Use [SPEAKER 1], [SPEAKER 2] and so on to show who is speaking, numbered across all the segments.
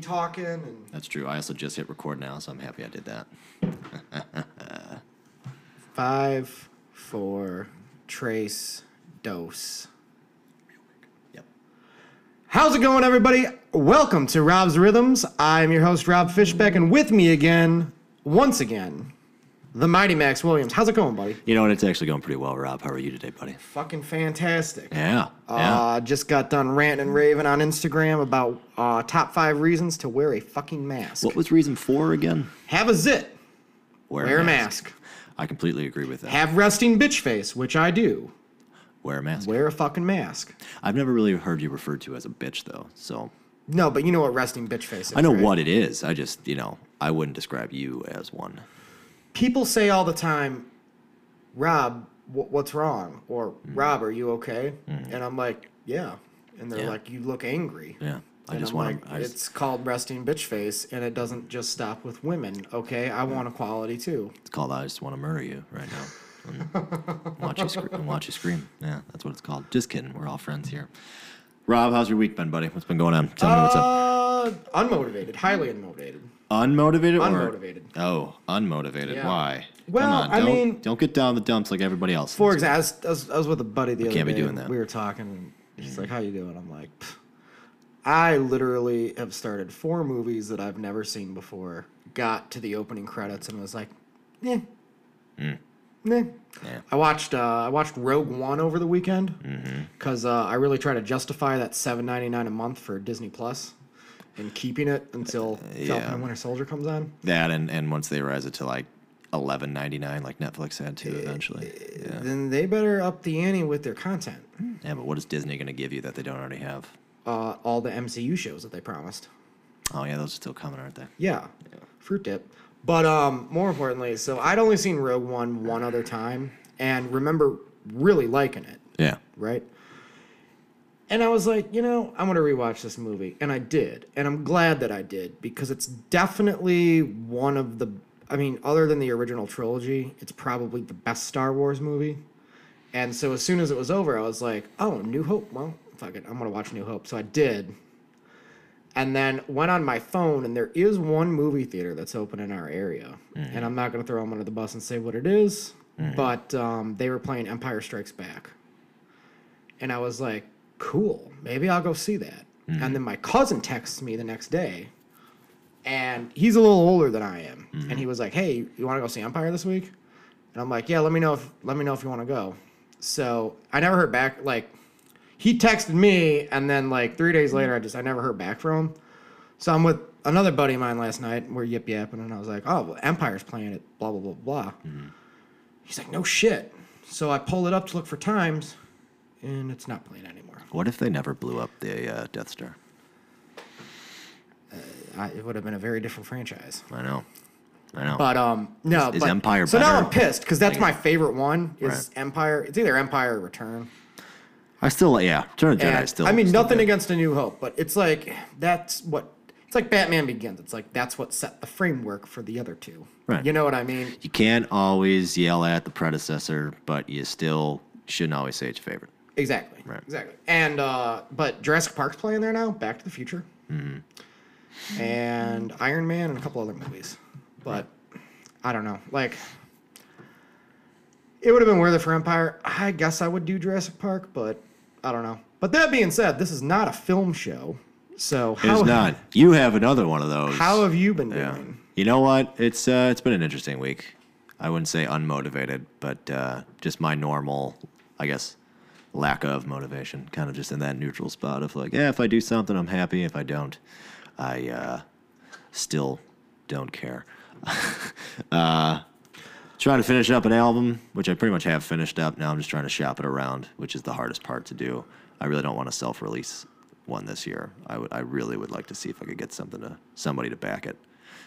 [SPEAKER 1] talking and
[SPEAKER 2] That's true. I also just hit record now, so I'm happy I did that.
[SPEAKER 3] Five, four, trace, dose.
[SPEAKER 2] Yep.
[SPEAKER 3] How's it going, everybody? Welcome to Rob's Rhythms. I'm your host, Rob Fishbeck, and with me again, once again, the mighty Max Williams. How's it going, buddy?
[SPEAKER 2] You know what? It's actually going pretty well, Rob. How are you today, buddy?
[SPEAKER 3] Fucking fantastic.
[SPEAKER 2] Yeah.
[SPEAKER 3] Uh, just got done ranting and raving on Instagram about uh, top five reasons to wear a fucking mask.
[SPEAKER 2] What was reason four again?
[SPEAKER 3] Have a zit, wear a mask.
[SPEAKER 2] I completely agree with that.
[SPEAKER 3] Have resting bitch face, which I do.
[SPEAKER 2] wear a mask.
[SPEAKER 3] Wear a fucking mask.
[SPEAKER 2] I've never really heard you referred to as a bitch, though. So
[SPEAKER 3] No, but you know what resting bitch face is.
[SPEAKER 2] I know
[SPEAKER 3] right?
[SPEAKER 2] what it is. I just, you know, I wouldn't describe you as one.
[SPEAKER 3] People say all the time, Rob, wh- what's wrong? Or
[SPEAKER 2] Mm.
[SPEAKER 3] Rob, are you okay? And I'm like, yeah. And they're
[SPEAKER 2] Yeah.
[SPEAKER 3] like, you look angry.
[SPEAKER 2] Yeah. I
[SPEAKER 3] And
[SPEAKER 2] just
[SPEAKER 3] I'm
[SPEAKER 2] want
[SPEAKER 3] like,
[SPEAKER 2] to. I just,
[SPEAKER 3] it's called resting bitch face, and it doesn't just stop with women. Okay, I
[SPEAKER 2] Mm.
[SPEAKER 3] want equality too.
[SPEAKER 2] it's called I just want to murder you right now. And watch you scre- and watch you scream. Yeah, that's what it's called. Just kidding. We're all friends here. Rob, how's your week been, buddy? What's been going on? Tell me what's up.
[SPEAKER 3] Uh, unmotivated, highly unmotivated.
[SPEAKER 2] Unmotivated or
[SPEAKER 3] Unmotivated.
[SPEAKER 2] Oh, unmotivated.
[SPEAKER 3] Yeah.
[SPEAKER 2] Why?
[SPEAKER 3] Well,
[SPEAKER 2] Come on,
[SPEAKER 3] I
[SPEAKER 2] don't,
[SPEAKER 3] mean-
[SPEAKER 2] don't get down the dumps like everybody else.
[SPEAKER 3] For example, I was, I was, I was with a buddy the other
[SPEAKER 2] can't be
[SPEAKER 3] day.
[SPEAKER 2] doing
[SPEAKER 3] and
[SPEAKER 2] that. Mm.
[SPEAKER 3] We were talking, and he's like, "How you doing?" I'm like, "Pff, "I literally have started four movies that I've never seen before. Got to the opening credits and was like, eh, Nah.
[SPEAKER 2] Mm. Yeah. Mm-hmm.
[SPEAKER 3] I watched uh, I watched Rogue One over the weekend because uh, I really try to justify that seven ninety nine a month for Disney Plus and keeping it until Falcon
[SPEAKER 2] Uh, yeah.
[SPEAKER 3] and Winter Soldier comes on.
[SPEAKER 2] that, and, and once they rise it to like eleven ninety nine, like Netflix had to eventually. Yeah.
[SPEAKER 3] Then they better up the ante with their content.
[SPEAKER 2] yeah, but what is Disney going to give you that they don't already have?
[SPEAKER 3] Uh, all the MCU shows that they promised.
[SPEAKER 2] Oh yeah, those are still coming, aren't they?
[SPEAKER 3] Yeah. Fruit dip. But um, more importantly, so I'd only seen Rogue One one other time and remember really liking it,
[SPEAKER 2] Yeah.
[SPEAKER 3] right? And I was like, you know, I'm going to rewatch this movie. And I did. And I'm glad that I did because it's definitely one of the, I mean, other than the original trilogy, it's probably the best Star Wars movie. And so as soon as it was over, I was like, oh, New Hope. Well, fuck it. I'm going to watch New Hope. So I did and then went on my phone and there is one movie theater that's open in our area and i'm not going to throw them under the bus and say what it is, but um, they were playing empire strikes back and i was like cool maybe i'll go see that and then my cousin texts me the next day and he's a little older than i am and he was like hey you want to go see empire this week and i'm like yeah let me know if let me know if you want to go so i never heard back like he texted me and then like three days later i just i never heard back from him so i'm with another buddy of mine last night and we're yip yapping and i was like oh well, empire's playing it blah blah blah blah he's like no shit so i pulled it up to look for times and it's not playing anymore
[SPEAKER 2] What if they never blew up the uh, Death Star?
[SPEAKER 3] I, it would have been a very different franchise
[SPEAKER 2] I know. I know.
[SPEAKER 3] but um no
[SPEAKER 2] Is- is
[SPEAKER 3] but-
[SPEAKER 2] Empire
[SPEAKER 3] so now
[SPEAKER 2] better?
[SPEAKER 3] i'm pissed because that's my favorite one is
[SPEAKER 2] Right.
[SPEAKER 3] empire it's either empire or return
[SPEAKER 2] I still, yeah, Return of the Jedi.
[SPEAKER 3] And,
[SPEAKER 2] is Still,
[SPEAKER 3] I mean,
[SPEAKER 2] still
[SPEAKER 3] nothing
[SPEAKER 2] good.
[SPEAKER 3] against A New Hope, but it's like that's what it's like. Batman Begins. It's like that's what set the framework for the other two.
[SPEAKER 2] Right.
[SPEAKER 3] You know what I mean?
[SPEAKER 2] You can't always yell at the predecessor, but you still shouldn't always say it's your favorite.
[SPEAKER 3] Exactly.
[SPEAKER 2] Right.
[SPEAKER 3] Exactly. And uh, but Jurassic Park's playing there now. Back to the Future.
[SPEAKER 2] Mm-hmm.
[SPEAKER 3] And Iron Man and a couple other movies, but I don't know. Like, it would have been worth it for Empire. I guess I would do Jurassic Park, but I don't know. But that being said, this is not a film show, so
[SPEAKER 2] It's not. You have another one of those.
[SPEAKER 3] How have you been doing?
[SPEAKER 2] Yeah. You know what? It's uh, it's been an interesting week. I wouldn't say unmotivated, but uh, just my normal, I guess, lack of motivation. Kind of just in that neutral spot of like, yeah, if I do something, I'm happy. If I don't, I uh, still don't care. uh, trying to finish up an album, which I pretty much have finished up. Now I'm just trying to shop it around, which is the hardest part to do. I really don't want to self-release one this year. I would, I really would like to see if I could get something to somebody to back it,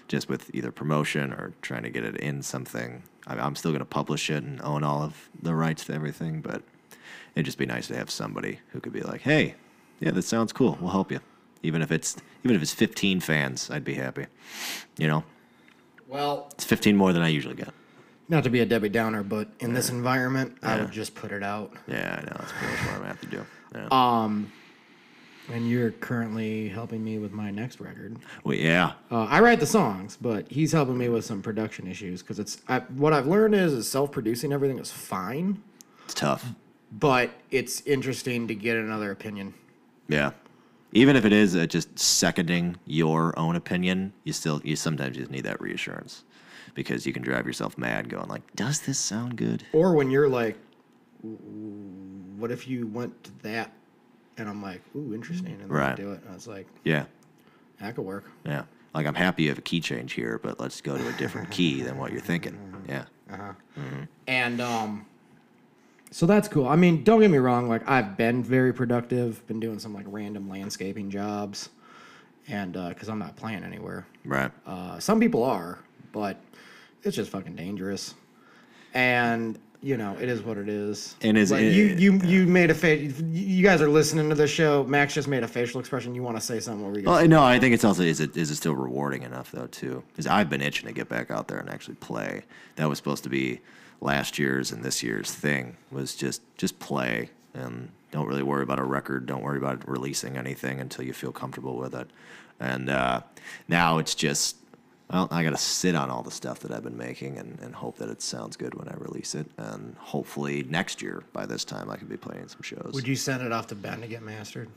[SPEAKER 2] just with either promotion or trying to get it in something. I, I'm still going to publish it and own all of the rights to everything, but it'd just be nice to have somebody who could be like, "Hey, yeah, that sounds cool. We'll help you." Even if it's even if it's 15 fans, I'd be happy. You know,
[SPEAKER 3] Well,
[SPEAKER 2] it's 15 more than I usually get.
[SPEAKER 3] not to be a Debbie Downer, but in this environment, I would just put it out.
[SPEAKER 2] Uh, Yeah, I know. That's pretty much what I'm gonna have to do. Yeah.
[SPEAKER 3] And you're currently helping me with my next record.
[SPEAKER 2] Well, yeah,
[SPEAKER 3] Uh, I write the songs, but he's helping me with some production issues because it's I, what I've learned is, is self-producing everything is fine,
[SPEAKER 2] it's tough.
[SPEAKER 3] but it's interesting to get another opinion.
[SPEAKER 2] Yeah. Even if it is uh, just seconding your own opinion, you still you sometimes just need that reassurance because you can drive yourself mad going like, "Does this sound good?"
[SPEAKER 3] Or when you're like, "Ooh, what if you went to that? And I'm like, ooh, interesting. And then I
[SPEAKER 2] Right.
[SPEAKER 3] do it. And I was like,
[SPEAKER 2] Yeah.
[SPEAKER 3] that could work.
[SPEAKER 2] Yeah. Like I'm happy you have a key change here, but let's go to a different key than what you're thinking. Yeah.
[SPEAKER 3] And um, so that's cool. I mean, don't get me wrong. Like I've been very productive. Been doing some like random landscaping jobs, and because I'm not playing anywhere.
[SPEAKER 2] Right.
[SPEAKER 3] Uh, some people are, but it's just fucking dangerous. And you know, it is what it is.
[SPEAKER 2] And is
[SPEAKER 3] like,
[SPEAKER 2] it-
[SPEAKER 3] you you you made a face. You guys are listening to the show. Max just made a facial expression. You want to say something? What were you gonna
[SPEAKER 2] Well, no, I think it's also is it is it still rewarding enough though too? Because I've been itching to get back out there and actually play. That was supposed to be last year's and this year's thing was just just play and don't really worry about a record. Don't worry about releasing anything until you feel comfortable with it. And uh, now it's just well, I got to sit on all the stuff that I've been making and, and hope that it sounds good when I release it. And hopefully next year by this time I could be playing some shows.
[SPEAKER 3] Would you send it off to Ben to get mastered?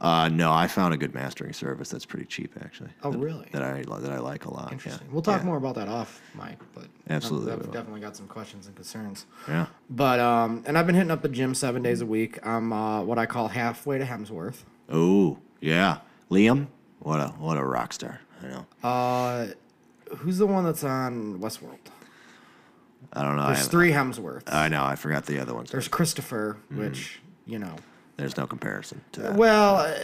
[SPEAKER 2] Uh, no, I found a good mastering service that's pretty cheap actually.
[SPEAKER 3] Oh,
[SPEAKER 2] that-
[SPEAKER 3] really?
[SPEAKER 2] That I li- that I like a lot.
[SPEAKER 3] Interesting.
[SPEAKER 2] Yeah.
[SPEAKER 3] We'll talk
[SPEAKER 2] Yeah.
[SPEAKER 3] more about that off, Mike. But
[SPEAKER 2] Absolutely
[SPEAKER 3] I've
[SPEAKER 2] we will.
[SPEAKER 3] definitely got some questions and concerns.
[SPEAKER 2] Yeah.
[SPEAKER 3] But um, and I've been hitting up the gym seven days a week. I'm uh, what I call halfway to Hemsworth.
[SPEAKER 2] Oh yeah, Liam. What a what a rock star. I know.
[SPEAKER 3] Uh, who's the one that's on Westworld?
[SPEAKER 2] I don't know. I,
[SPEAKER 3] There's three Hemsworths.
[SPEAKER 2] I know. I forgot the other ones. There's,
[SPEAKER 3] There's Christopher,
[SPEAKER 2] Mm-hmm.
[SPEAKER 3] which you know.
[SPEAKER 2] no comparison to that.
[SPEAKER 3] Well, uh,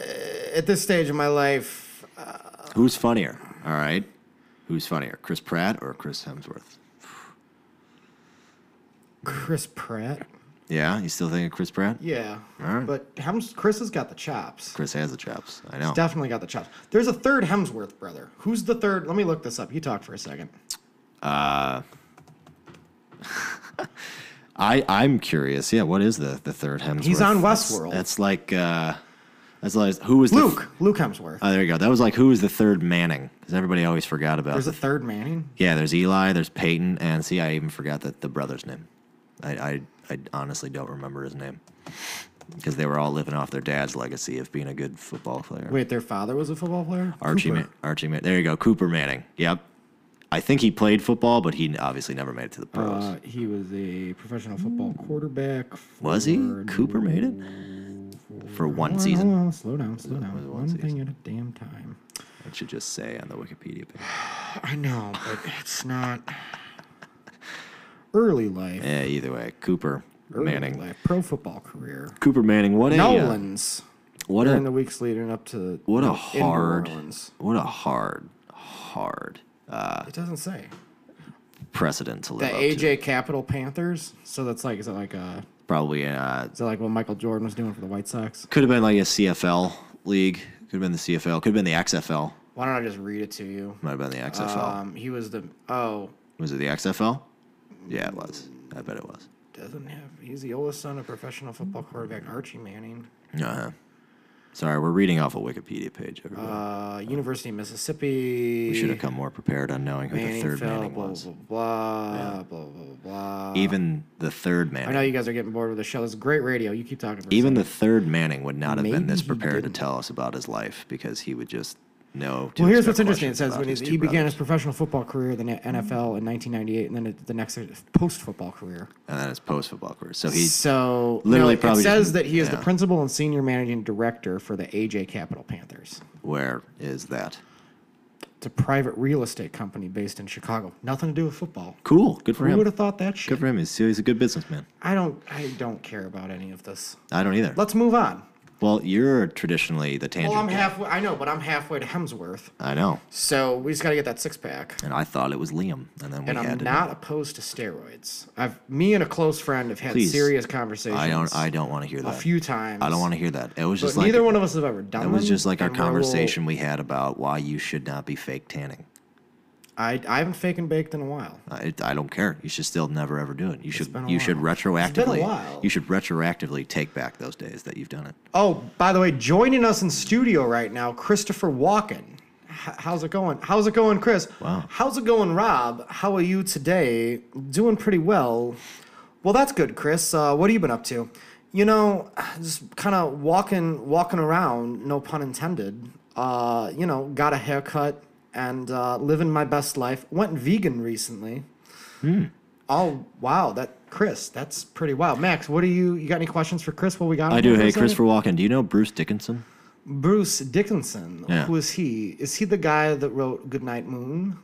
[SPEAKER 3] at this stage of my life,
[SPEAKER 2] Who's funnier? All right. Who's funnier, Chris Pratt or Chris Hemsworth?
[SPEAKER 3] Chris Pratt.
[SPEAKER 2] Yeah, you still think of Chris Pratt?
[SPEAKER 3] Yeah,
[SPEAKER 2] Alright.
[SPEAKER 3] but Hems- Chris has got the chops.
[SPEAKER 2] Chris has the chops. I know.
[SPEAKER 3] Definitely got the chops. There's a third Hemsworth brother. Who's the third? Let me look this up. You talk for a second.
[SPEAKER 2] I I'm curious. Yeah, what is the the third Hemsworth?
[SPEAKER 3] He's on
[SPEAKER 2] That's-
[SPEAKER 3] Westworld.
[SPEAKER 2] That's, like uh, that's like who was the f-
[SPEAKER 3] Luke. Luke Hemsworth.
[SPEAKER 2] Oh, there you go. That was like who was the third Manning? Because everybody always forgot about.
[SPEAKER 3] There's a third Manning.
[SPEAKER 2] yeah, there's Eli, there's Peyton, and see, I even forgot that the brother's name. I, I, I honestly don't remember his name because they were all living off their dad's legacy of being a good football player.
[SPEAKER 3] Wait, their father was a football player.
[SPEAKER 2] Archie,
[SPEAKER 3] Cooper.
[SPEAKER 2] Ma- Archie, Man- there you go, Cooper Manning. Yep, I think he played football, but he obviously never made it to the pros.
[SPEAKER 3] Uh, he was a professional football quarterback.
[SPEAKER 2] was he?
[SPEAKER 3] for-
[SPEAKER 2] Cooper made it for one season.
[SPEAKER 3] Hold on, slow down, slow down.
[SPEAKER 2] was it,
[SPEAKER 3] One,
[SPEAKER 2] one
[SPEAKER 3] thing at a damn time.
[SPEAKER 2] It should just say on the Wikipedia page.
[SPEAKER 3] I know, but it's not early life.
[SPEAKER 2] Yeah, either way, Cooper
[SPEAKER 3] early
[SPEAKER 2] Manning.
[SPEAKER 3] life, pro football career.
[SPEAKER 2] Cooper Manning. What a uh,
[SPEAKER 3] Nolan's
[SPEAKER 2] what
[SPEAKER 3] during
[SPEAKER 2] a
[SPEAKER 3] the weeks leading up to
[SPEAKER 2] What a
[SPEAKER 3] in New
[SPEAKER 2] hard,
[SPEAKER 3] Orleans.
[SPEAKER 2] what a hard, hard uh,
[SPEAKER 3] It doesn't say
[SPEAKER 2] precedent to
[SPEAKER 3] the
[SPEAKER 2] live up to.
[SPEAKER 3] AJ Capital Panthers. So that's like, is it like uh
[SPEAKER 2] Probably uh,
[SPEAKER 3] is that like what Michael Jordan was doing for the White Sox?
[SPEAKER 2] could have been like a CFL league. Could have been the CFL. Could have been the XFL.
[SPEAKER 3] Why don't I just read it to you?
[SPEAKER 2] Might have been the XFL.
[SPEAKER 3] Um, he was the oh
[SPEAKER 2] was it the XFL? Yeah, it was. I bet it was.
[SPEAKER 3] doesn't have he's the oldest son of professional football quarterback Archie Manning.
[SPEAKER 2] Uh-huh. Sorry, we're reading off a Wikipedia page. Everybody.
[SPEAKER 3] Uh, University of Mississippi.
[SPEAKER 2] we should have come more prepared on knowing who the third
[SPEAKER 3] fell,
[SPEAKER 2] Manning
[SPEAKER 3] blah,
[SPEAKER 2] was.
[SPEAKER 3] blah, blah, blah, blah, blah, blah.
[SPEAKER 2] Even the third
[SPEAKER 3] I know
[SPEAKER 2] Manning.
[SPEAKER 3] you guys are getting bored with the show. It's great radio. You keep talking. For a
[SPEAKER 2] Even
[SPEAKER 3] second.
[SPEAKER 2] the third Manning would not have been
[SPEAKER 3] Maybe
[SPEAKER 2] this
[SPEAKER 3] he
[SPEAKER 2] prepared to
[SPEAKER 3] didn't.
[SPEAKER 2] tell us about his life because he would just know. to
[SPEAKER 3] well, here's
[SPEAKER 2] expect
[SPEAKER 3] what's interesting. It
[SPEAKER 2] questions
[SPEAKER 3] says
[SPEAKER 2] about
[SPEAKER 3] when
[SPEAKER 2] his
[SPEAKER 3] he's,
[SPEAKER 2] two
[SPEAKER 3] he began
[SPEAKER 2] brothers.
[SPEAKER 3] his professional football career, the NFL in 1998, and then it- the next post football career.
[SPEAKER 2] and then it's post football career. So he
[SPEAKER 3] so
[SPEAKER 2] literally
[SPEAKER 3] no,
[SPEAKER 2] probably
[SPEAKER 3] it says
[SPEAKER 2] just-
[SPEAKER 3] that he is the
[SPEAKER 2] yeah.
[SPEAKER 3] principal and senior managing director for the AJ Capital Panthers.
[SPEAKER 2] where is that?
[SPEAKER 3] It's a private real estate company based in Chicago. Nothing to do with football.
[SPEAKER 2] Cool, good for
[SPEAKER 3] Who would
[SPEAKER 2] him.
[SPEAKER 3] have thought that
[SPEAKER 2] Good
[SPEAKER 3] shit?
[SPEAKER 2] for him. He's, he's a good businessman.
[SPEAKER 3] I don't. I don't care about any of this.
[SPEAKER 2] I don't either.
[SPEAKER 3] Let's move on.
[SPEAKER 2] Well, you're traditionally the tangent.
[SPEAKER 3] Well, I'm
[SPEAKER 2] guy.
[SPEAKER 3] halfway. I know, but I'm halfway to Hemsworth.
[SPEAKER 2] I know,
[SPEAKER 3] So we just got to get that six pack.
[SPEAKER 2] and I thought it was Liam, and then we
[SPEAKER 3] And I'm
[SPEAKER 2] had to.
[SPEAKER 3] not opposed to steroids. I've me and a close friend have had
[SPEAKER 2] Please.
[SPEAKER 3] serious conversations.
[SPEAKER 2] I don't. I don't want to hear
[SPEAKER 3] a
[SPEAKER 2] that.
[SPEAKER 3] few times.
[SPEAKER 2] I don't want to hear that. It was
[SPEAKER 3] But
[SPEAKER 2] just
[SPEAKER 3] neither
[SPEAKER 2] like
[SPEAKER 3] one of us have ever done.
[SPEAKER 2] it was
[SPEAKER 3] them,
[SPEAKER 2] just like our
[SPEAKER 3] and we're a little-
[SPEAKER 2] conversation we had about why you should not be fake tanning.
[SPEAKER 3] I, I haven't fake and baked in a while.
[SPEAKER 2] I, I don't care. You should still never ever do it. You should
[SPEAKER 3] been a
[SPEAKER 2] you should
[SPEAKER 3] while. It's been a
[SPEAKER 2] retroactively
[SPEAKER 3] while.
[SPEAKER 2] you should retroactively take back those days that you've done it.
[SPEAKER 3] Oh, by the way, joining us in studio right now, Christopher Walken. H- how's it going? How's it going, Chris?
[SPEAKER 2] Wow.
[SPEAKER 3] How's it going, Rob? How are you today? Doing pretty well. Well, that's good, Chris. Uh, what have you been up to? You know, just kind of walking, walking around. No pun intended. Uh, you know, got a haircut and uh, living my best life. Went vegan recently.
[SPEAKER 2] Hmm.
[SPEAKER 3] Oh wow, that Chris, that's pretty wild. Max, what do you? You got any questions for Chris? What we got?
[SPEAKER 2] I
[SPEAKER 3] him
[SPEAKER 2] do.
[SPEAKER 3] here for a
[SPEAKER 2] Hey,
[SPEAKER 3] second?
[SPEAKER 2] Christopher Walken, do you know Bruce Dickinson?
[SPEAKER 3] Bruce Dickinson.
[SPEAKER 2] Yeah.
[SPEAKER 3] Who is he? Is he the guy that wrote Goodnight Moon?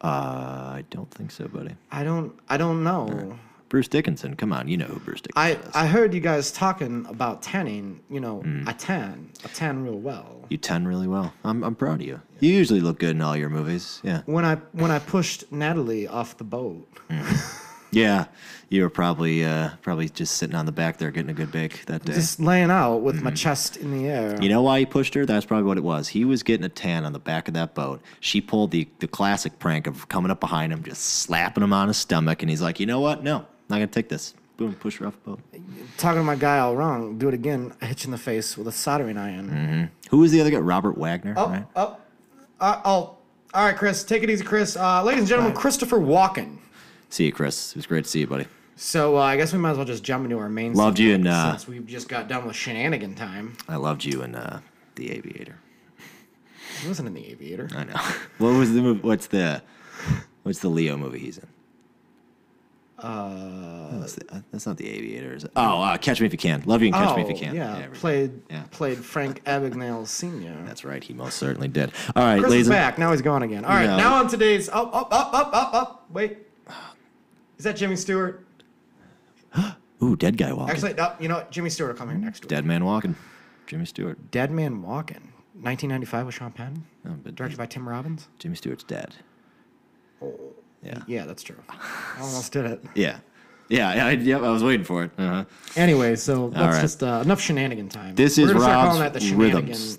[SPEAKER 2] Uh, I don't think so, buddy.
[SPEAKER 3] I don't I don't know.
[SPEAKER 2] Bruce Dickinson, come on, you know who Bruce Dickinson
[SPEAKER 3] I,
[SPEAKER 2] is.
[SPEAKER 3] I heard you guys talking about tanning, you know,
[SPEAKER 2] Mm.
[SPEAKER 3] I tan. I tan real well.
[SPEAKER 2] You ten really well. I'm I'm proud of you. You usually look good in all your movies. Yeah.
[SPEAKER 3] When I when I pushed Natalie off the boat.
[SPEAKER 2] Yeah. You were probably uh probably just sitting on the back there getting a good bake that day.
[SPEAKER 3] Just laying out with
[SPEAKER 2] Mm-hmm.
[SPEAKER 3] my chest in the air.
[SPEAKER 2] You know why he pushed her? That's probably what it was. He was getting a tan on the back of that boat. She pulled the, the classic prank of coming up behind him, just slapping him on his stomach, and he's like, you know what? No, not gonna take this. Boom, push her off the boat.
[SPEAKER 3] Talking to my guy all wrong, do it again, hit you in the face with a soldering iron.
[SPEAKER 2] Who was the other guy? Robert Wagner,
[SPEAKER 3] Oh,
[SPEAKER 2] Mm, right?
[SPEAKER 3] oh, uh, oh. All right, Chris, take it easy, Chris. Uh, ladies and gentlemen, Christopher Walken.
[SPEAKER 2] See you, Chris. It was great to see you, buddy.
[SPEAKER 3] So uh, I guess we might as well just jump into our main.
[SPEAKER 2] Loved you
[SPEAKER 3] subject
[SPEAKER 2] in, uh,
[SPEAKER 3] since we've just got done with shenanigan time.
[SPEAKER 2] I loved you in uh, The Aviator.
[SPEAKER 3] He wasn't in the Aviator.
[SPEAKER 2] I know. what was the movie? What's the what's the Leo movie he's in?
[SPEAKER 3] Uh,
[SPEAKER 2] That's, the, uh, that's not The Aviator, is it? Oh, uh, Catch Me If You Can. Love you and Uh, Catch Me If You Can.
[SPEAKER 3] Oh, yeah,
[SPEAKER 2] everybody.
[SPEAKER 3] played
[SPEAKER 2] Yeah. Uh,
[SPEAKER 3] played Frank Abagnale Senior.
[SPEAKER 2] That's right. He most certainly did. All right,
[SPEAKER 3] Chris
[SPEAKER 2] ladies
[SPEAKER 3] is
[SPEAKER 2] and
[SPEAKER 3] back. Now he's gone again. All right,
[SPEAKER 2] No.
[SPEAKER 3] now on today's up, up, up, up, up, up. Wait, is that Jimmy Stewart?
[SPEAKER 2] Ooh, dead guy walking.
[SPEAKER 3] Actually, no. You know what? Jimmy Stewart will come here next week.
[SPEAKER 2] Dead Man Walking, Jimmy Stewart. Oh,
[SPEAKER 3] Dead Man Walking, 1995 with Sean Penn,
[SPEAKER 2] No, but
[SPEAKER 3] directed by Tim Robbins.
[SPEAKER 2] Jimmy Stewart's dead. Yeah.
[SPEAKER 3] Yeah, that's true. I almost did it.
[SPEAKER 2] Yeah. Yeah. yeah I, yep. I was waiting for it. Uh-huh.
[SPEAKER 3] Anyway, so that's
[SPEAKER 2] right.
[SPEAKER 3] just uh, enough shenanigan time.
[SPEAKER 2] This
[SPEAKER 3] We're
[SPEAKER 2] is
[SPEAKER 3] gonna start calling
[SPEAKER 2] Rob's
[SPEAKER 3] shenanigan- shena-
[SPEAKER 2] rhythms. This is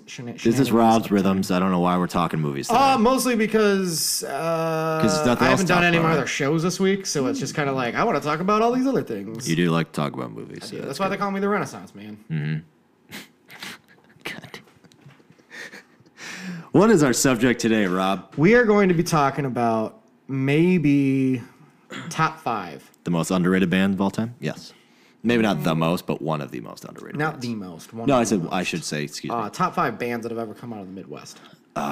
[SPEAKER 3] shenanigans
[SPEAKER 2] Rob's
[SPEAKER 3] stuff.
[SPEAKER 2] rhythms. I don't know why we're talking movies.
[SPEAKER 3] Uh,
[SPEAKER 2] tonight.
[SPEAKER 3] mostly because uh,
[SPEAKER 2] there's nothing
[SPEAKER 3] I
[SPEAKER 2] else
[SPEAKER 3] haven't
[SPEAKER 2] to
[SPEAKER 3] done
[SPEAKER 2] talk
[SPEAKER 3] any of my
[SPEAKER 2] about,
[SPEAKER 3] other
[SPEAKER 2] right?
[SPEAKER 3] shows this week, so it's just kind of like I want to talk about all these other things.
[SPEAKER 2] you do like to talk about movies. so
[SPEAKER 3] Yeah, that's
[SPEAKER 2] that's
[SPEAKER 3] why they call me the Renaissance man.
[SPEAKER 2] Hmm. good. what is our subject today, Rob?
[SPEAKER 3] We are going to be talking about maybe top five,
[SPEAKER 2] The most underrated band of all time? Yes. Maybe not the most, but one of the most underrated.
[SPEAKER 3] not
[SPEAKER 2] bands.
[SPEAKER 3] the most. One
[SPEAKER 2] No,
[SPEAKER 3] of
[SPEAKER 2] I
[SPEAKER 3] the
[SPEAKER 2] said
[SPEAKER 3] most.
[SPEAKER 2] I should say. Excuse me.
[SPEAKER 3] uh, top five bands that have ever come out of the Midwest.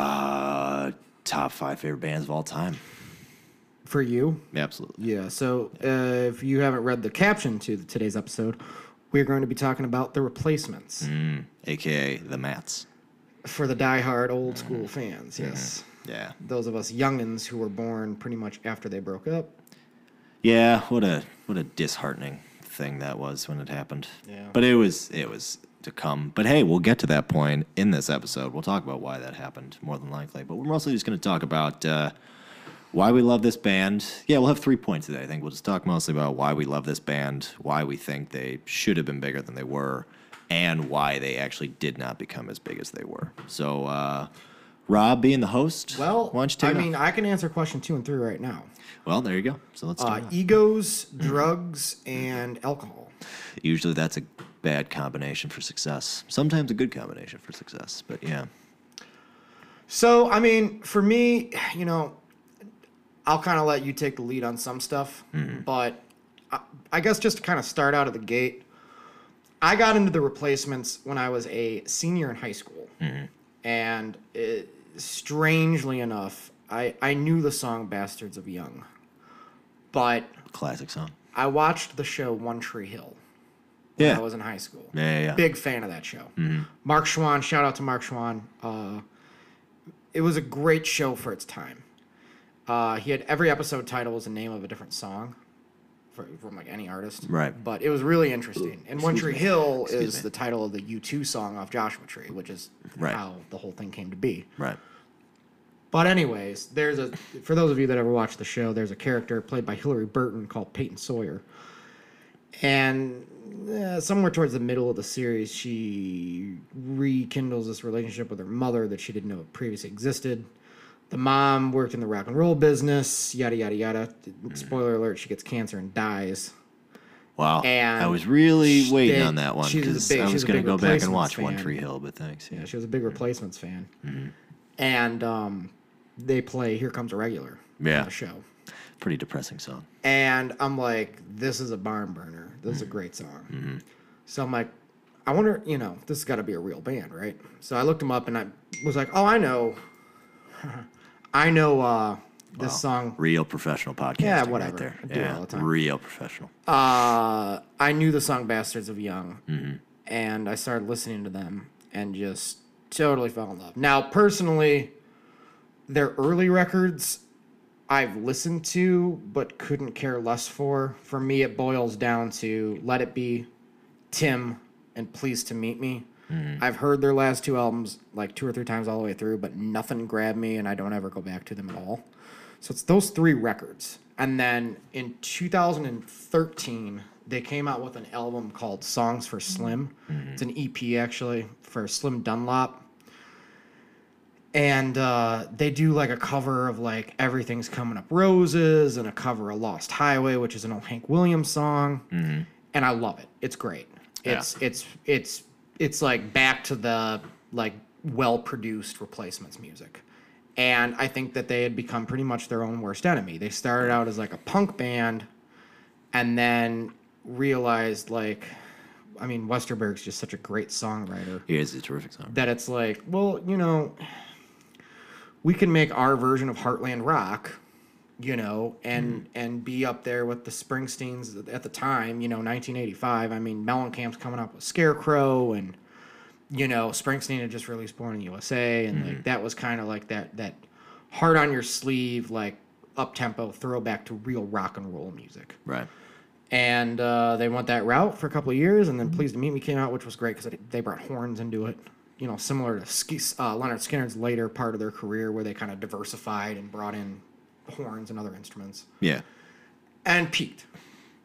[SPEAKER 2] Uh, top five favorite bands of all time.
[SPEAKER 3] For you,
[SPEAKER 2] Absolutely.
[SPEAKER 3] Yeah, so uh, if you haven't read the caption to today's episode, we're going to be talking about the replacements
[SPEAKER 2] Hmm. AKA the Mats.
[SPEAKER 3] for the diehard old
[SPEAKER 2] Hmm.
[SPEAKER 3] school fans. Yes.
[SPEAKER 2] Yeah.
[SPEAKER 3] Those of us youngins who were born pretty much after they broke up.
[SPEAKER 2] Yeah, what a what a disheartening thing that was when it happened.
[SPEAKER 3] Yeah.
[SPEAKER 2] But it was it was to come. But hey, we'll get to that point in this episode. We'll talk about why that happened more than likely. But we're mostly just going to talk about uh, why we love this band. Yeah, we'll have three points today. I think we'll just talk mostly about why we love this band, why we think they should have been bigger than they were, and why they actually did not become as big as they were. So, uh, Rob, being the host,
[SPEAKER 3] Well,
[SPEAKER 2] why don't you take
[SPEAKER 3] I
[SPEAKER 2] it off?
[SPEAKER 3] mean, I can answer question two and three right now
[SPEAKER 2] well, there you go. So let's
[SPEAKER 3] uh,
[SPEAKER 2] do it.
[SPEAKER 3] egos, drugs, and alcohol.
[SPEAKER 2] Usually that's a bad combination for success. Sometimes a good combination for success, but yeah.
[SPEAKER 3] So, I mean, for me, you know, I'll kind of let you take the lead on some stuff, but I, I guess just to kind of start out of the gate, I got into the replacements when I was a senior in high school. And it, strangely enough, I, I knew the song Bastards of Young, but
[SPEAKER 2] Classic song.
[SPEAKER 3] I watched the show One Tree Hill when
[SPEAKER 2] Yeah.
[SPEAKER 3] I was in high school
[SPEAKER 2] yeah, yeah, yeah. Mm-hmm.
[SPEAKER 3] big fan of that show. Mark Schwann, shout out to Mark Schwann. Uh, it was a great show for its time. Uh, he had every episode title was the name of a different song for, from like any artist.
[SPEAKER 2] Right.
[SPEAKER 3] But it was really interesting. And One Tree Hill is
[SPEAKER 2] me.
[SPEAKER 3] the title of the U2 song off Joshua Tree, which is
[SPEAKER 2] Right.
[SPEAKER 3] how the whole thing came to be.
[SPEAKER 2] Right.
[SPEAKER 3] But anyways, there's a for those of you that ever watched the show, there's a character played by Hillary Burton called Peyton Sawyer, and uh, somewhere towards the middle of the series, she rekindles this relationship with her mother that she didn't know previously existed. The mom worked in the rock and roll business, yada yada yada. Spoiler alert: she gets cancer and dies.
[SPEAKER 2] Wow. I
[SPEAKER 3] And
[SPEAKER 2] was really
[SPEAKER 3] sh-
[SPEAKER 2] waiting
[SPEAKER 3] they-
[SPEAKER 2] on that one
[SPEAKER 3] she's a
[SPEAKER 2] because
[SPEAKER 3] big-
[SPEAKER 2] I
[SPEAKER 3] she's
[SPEAKER 2] was
[SPEAKER 3] a
[SPEAKER 2] going to
[SPEAKER 3] big
[SPEAKER 2] go back and
[SPEAKER 3] replacements
[SPEAKER 2] watch One
[SPEAKER 3] fan.
[SPEAKER 2] Tree Hill, but thanks. Yeah.
[SPEAKER 3] She was a big replacements fan, and um, they play "Here Comes a Regular"
[SPEAKER 2] Yeah.
[SPEAKER 3] on the show.
[SPEAKER 2] Pretty depressing song.
[SPEAKER 3] And I'm like, this is a barn burner. This is a great song. So I'm like, I wonder, you know, this has got to be a real band, right? So I looked them up and I was like, oh, I know. I know uh, this song.
[SPEAKER 2] Real professional podcast. Right
[SPEAKER 3] whatever.
[SPEAKER 2] there.
[SPEAKER 3] I do it all the time.
[SPEAKER 2] Real professional.
[SPEAKER 3] Uh, I knew the song Bastards of Young. And I started listening to them and just totally fell in love. Now, personally, their early records I've listened to but couldn't care less for. For me, it boils down to Let It Be, Tim, and Please to Meet Me. I've heard their last two albums like two or three times all the way through, but nothing grabbed me, and I don't ever go back to them at all. So it's those three records. And then in 2013, they came out with an album called Songs for Slim. It's an EP actually for Slim Dunlop and uh, they do like a cover of like everything's coming up roses and a cover of lost highway which is an old hank williams song and i love it it's great
[SPEAKER 2] Yeah.
[SPEAKER 3] it's it's it's it's like back to the like well produced replacements music and i think that they had become pretty much their own worst enemy they started out as like a punk band and then realized like i mean westerberg's just such a great songwriter
[SPEAKER 2] It is a terrific song.
[SPEAKER 3] that it's like, well, you know, we can make our version of Heartland Rock, you know, and and be up there with the Springsteens at- at the time, you know, 1985. I mean, Mellencamp's coming up with Scarecrow and you know, Springsteen had just released Born in the USA and like that was kind of like that that hard on your sleeve like up tempo throwback to real rock and roll music
[SPEAKER 2] Right.
[SPEAKER 3] and uh, they went that route for a couple of years, and then Pleased to Meet Me came out, which was great because they brought horns into it. You know, similar to Ski, uh, Leonard Skinner's later part of their career, where they kind of diversified and brought in horns and other instruments
[SPEAKER 2] Yeah.
[SPEAKER 3] and peaked.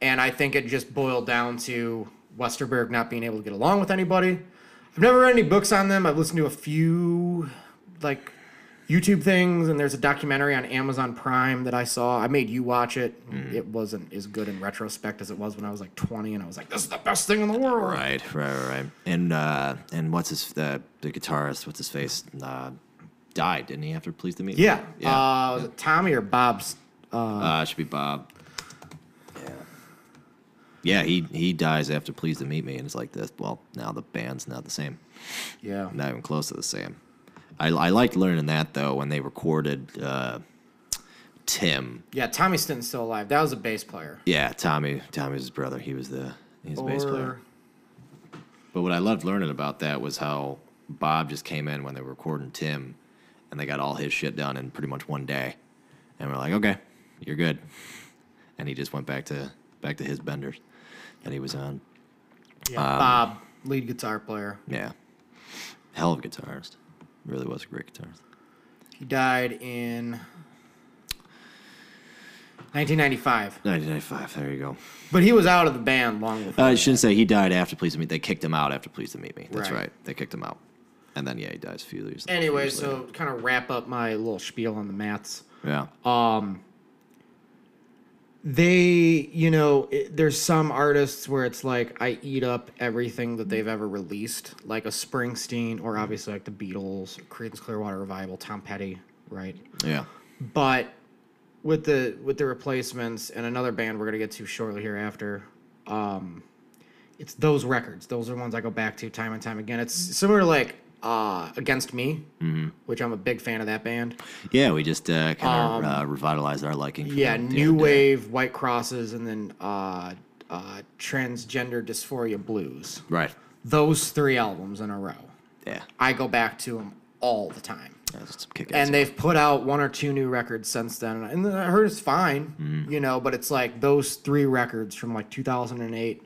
[SPEAKER 3] And I think it just boiled down to Westerberg not being able to get along with anybody. I've never read any books on them. I've listened to a few like YouTube things, and there's a documentary on Amazon Prime that I saw. I made you watch it.
[SPEAKER 2] Mm.
[SPEAKER 3] It wasn't as good in retrospect as it was when I was like 20, and I was like, "This is the best thing in the world."
[SPEAKER 2] Right. Right. Right. right. And uh, and what's his the the guitarist? What's his face? Uh, died didn't he after Please the Meet? Me?
[SPEAKER 3] Yeah.
[SPEAKER 2] Yeah.
[SPEAKER 3] Uh, was it Tommy or Bob's? Uh,
[SPEAKER 2] Uh, it should be Bob. Yeah. Yeah, he, he dies after Please to Meet Me, and it's like this. Well, now the band's not the same,
[SPEAKER 3] yeah.
[SPEAKER 2] not even close to the same. I, I liked learning that though when they recorded uh, Tim.
[SPEAKER 3] Yeah. Tommy Stinton's still alive. That was a bass player.
[SPEAKER 2] Yeah, Tommy Tommy's his brother. He was the he was the bass player.
[SPEAKER 3] Or-
[SPEAKER 2] But what I loved learning about that was how Bob just came in when they were recording Tim, and they got all his shit done in pretty much one day, and we're like, okay, you're good, and he just went back to back to his benders that he was on.
[SPEAKER 3] Yeah.
[SPEAKER 2] Um,
[SPEAKER 3] Bob, lead guitar player.
[SPEAKER 2] Yeah, hell of a guitarist. Really was a great guitarist.
[SPEAKER 3] He died in 1995,
[SPEAKER 2] 1995. There you go.
[SPEAKER 3] but he was out of the band long before.
[SPEAKER 2] Uh, I shouldn't say he died after Please to Meet. They kicked him out after Please to Meet Me. That's
[SPEAKER 3] Right.
[SPEAKER 2] right. They kicked him out, and then yeah, he dies a few years. a few
[SPEAKER 3] anyway,
[SPEAKER 2] years later.
[SPEAKER 3] so kind of wrap up my little spiel on the maths.
[SPEAKER 2] yeah.
[SPEAKER 3] They, you know, it, there's some artists where it's like I eat up everything that they've ever released, like a Springsteen, or obviously like the Beatles, Creedence Clearwater Revival, Tom Petty, right?
[SPEAKER 2] yeah.
[SPEAKER 3] but with the with the replacements and another band we're gonna get to shortly hereafter, um, it's those records. Those are ones I go back to time and time again. It's similar to like uh, Against Me, which I'm a big fan of that band.
[SPEAKER 2] Mm-hmm. Yeah, we just uh, kind of uh, revitalized our liking. For
[SPEAKER 3] Um, Yeah,
[SPEAKER 2] them.
[SPEAKER 3] New
[SPEAKER 2] yeah.
[SPEAKER 3] Wave, White Crosses, and then uh, uh, Transgender Dysphoria Blues.
[SPEAKER 2] Right.
[SPEAKER 3] Those three albums in a row.
[SPEAKER 2] Yeah.
[SPEAKER 3] I go back to them all the time.
[SPEAKER 2] That's some kick ass.
[SPEAKER 3] and they've put out one or two new records since then. And I heard it's fine, you know, but it's like those three records from like 2008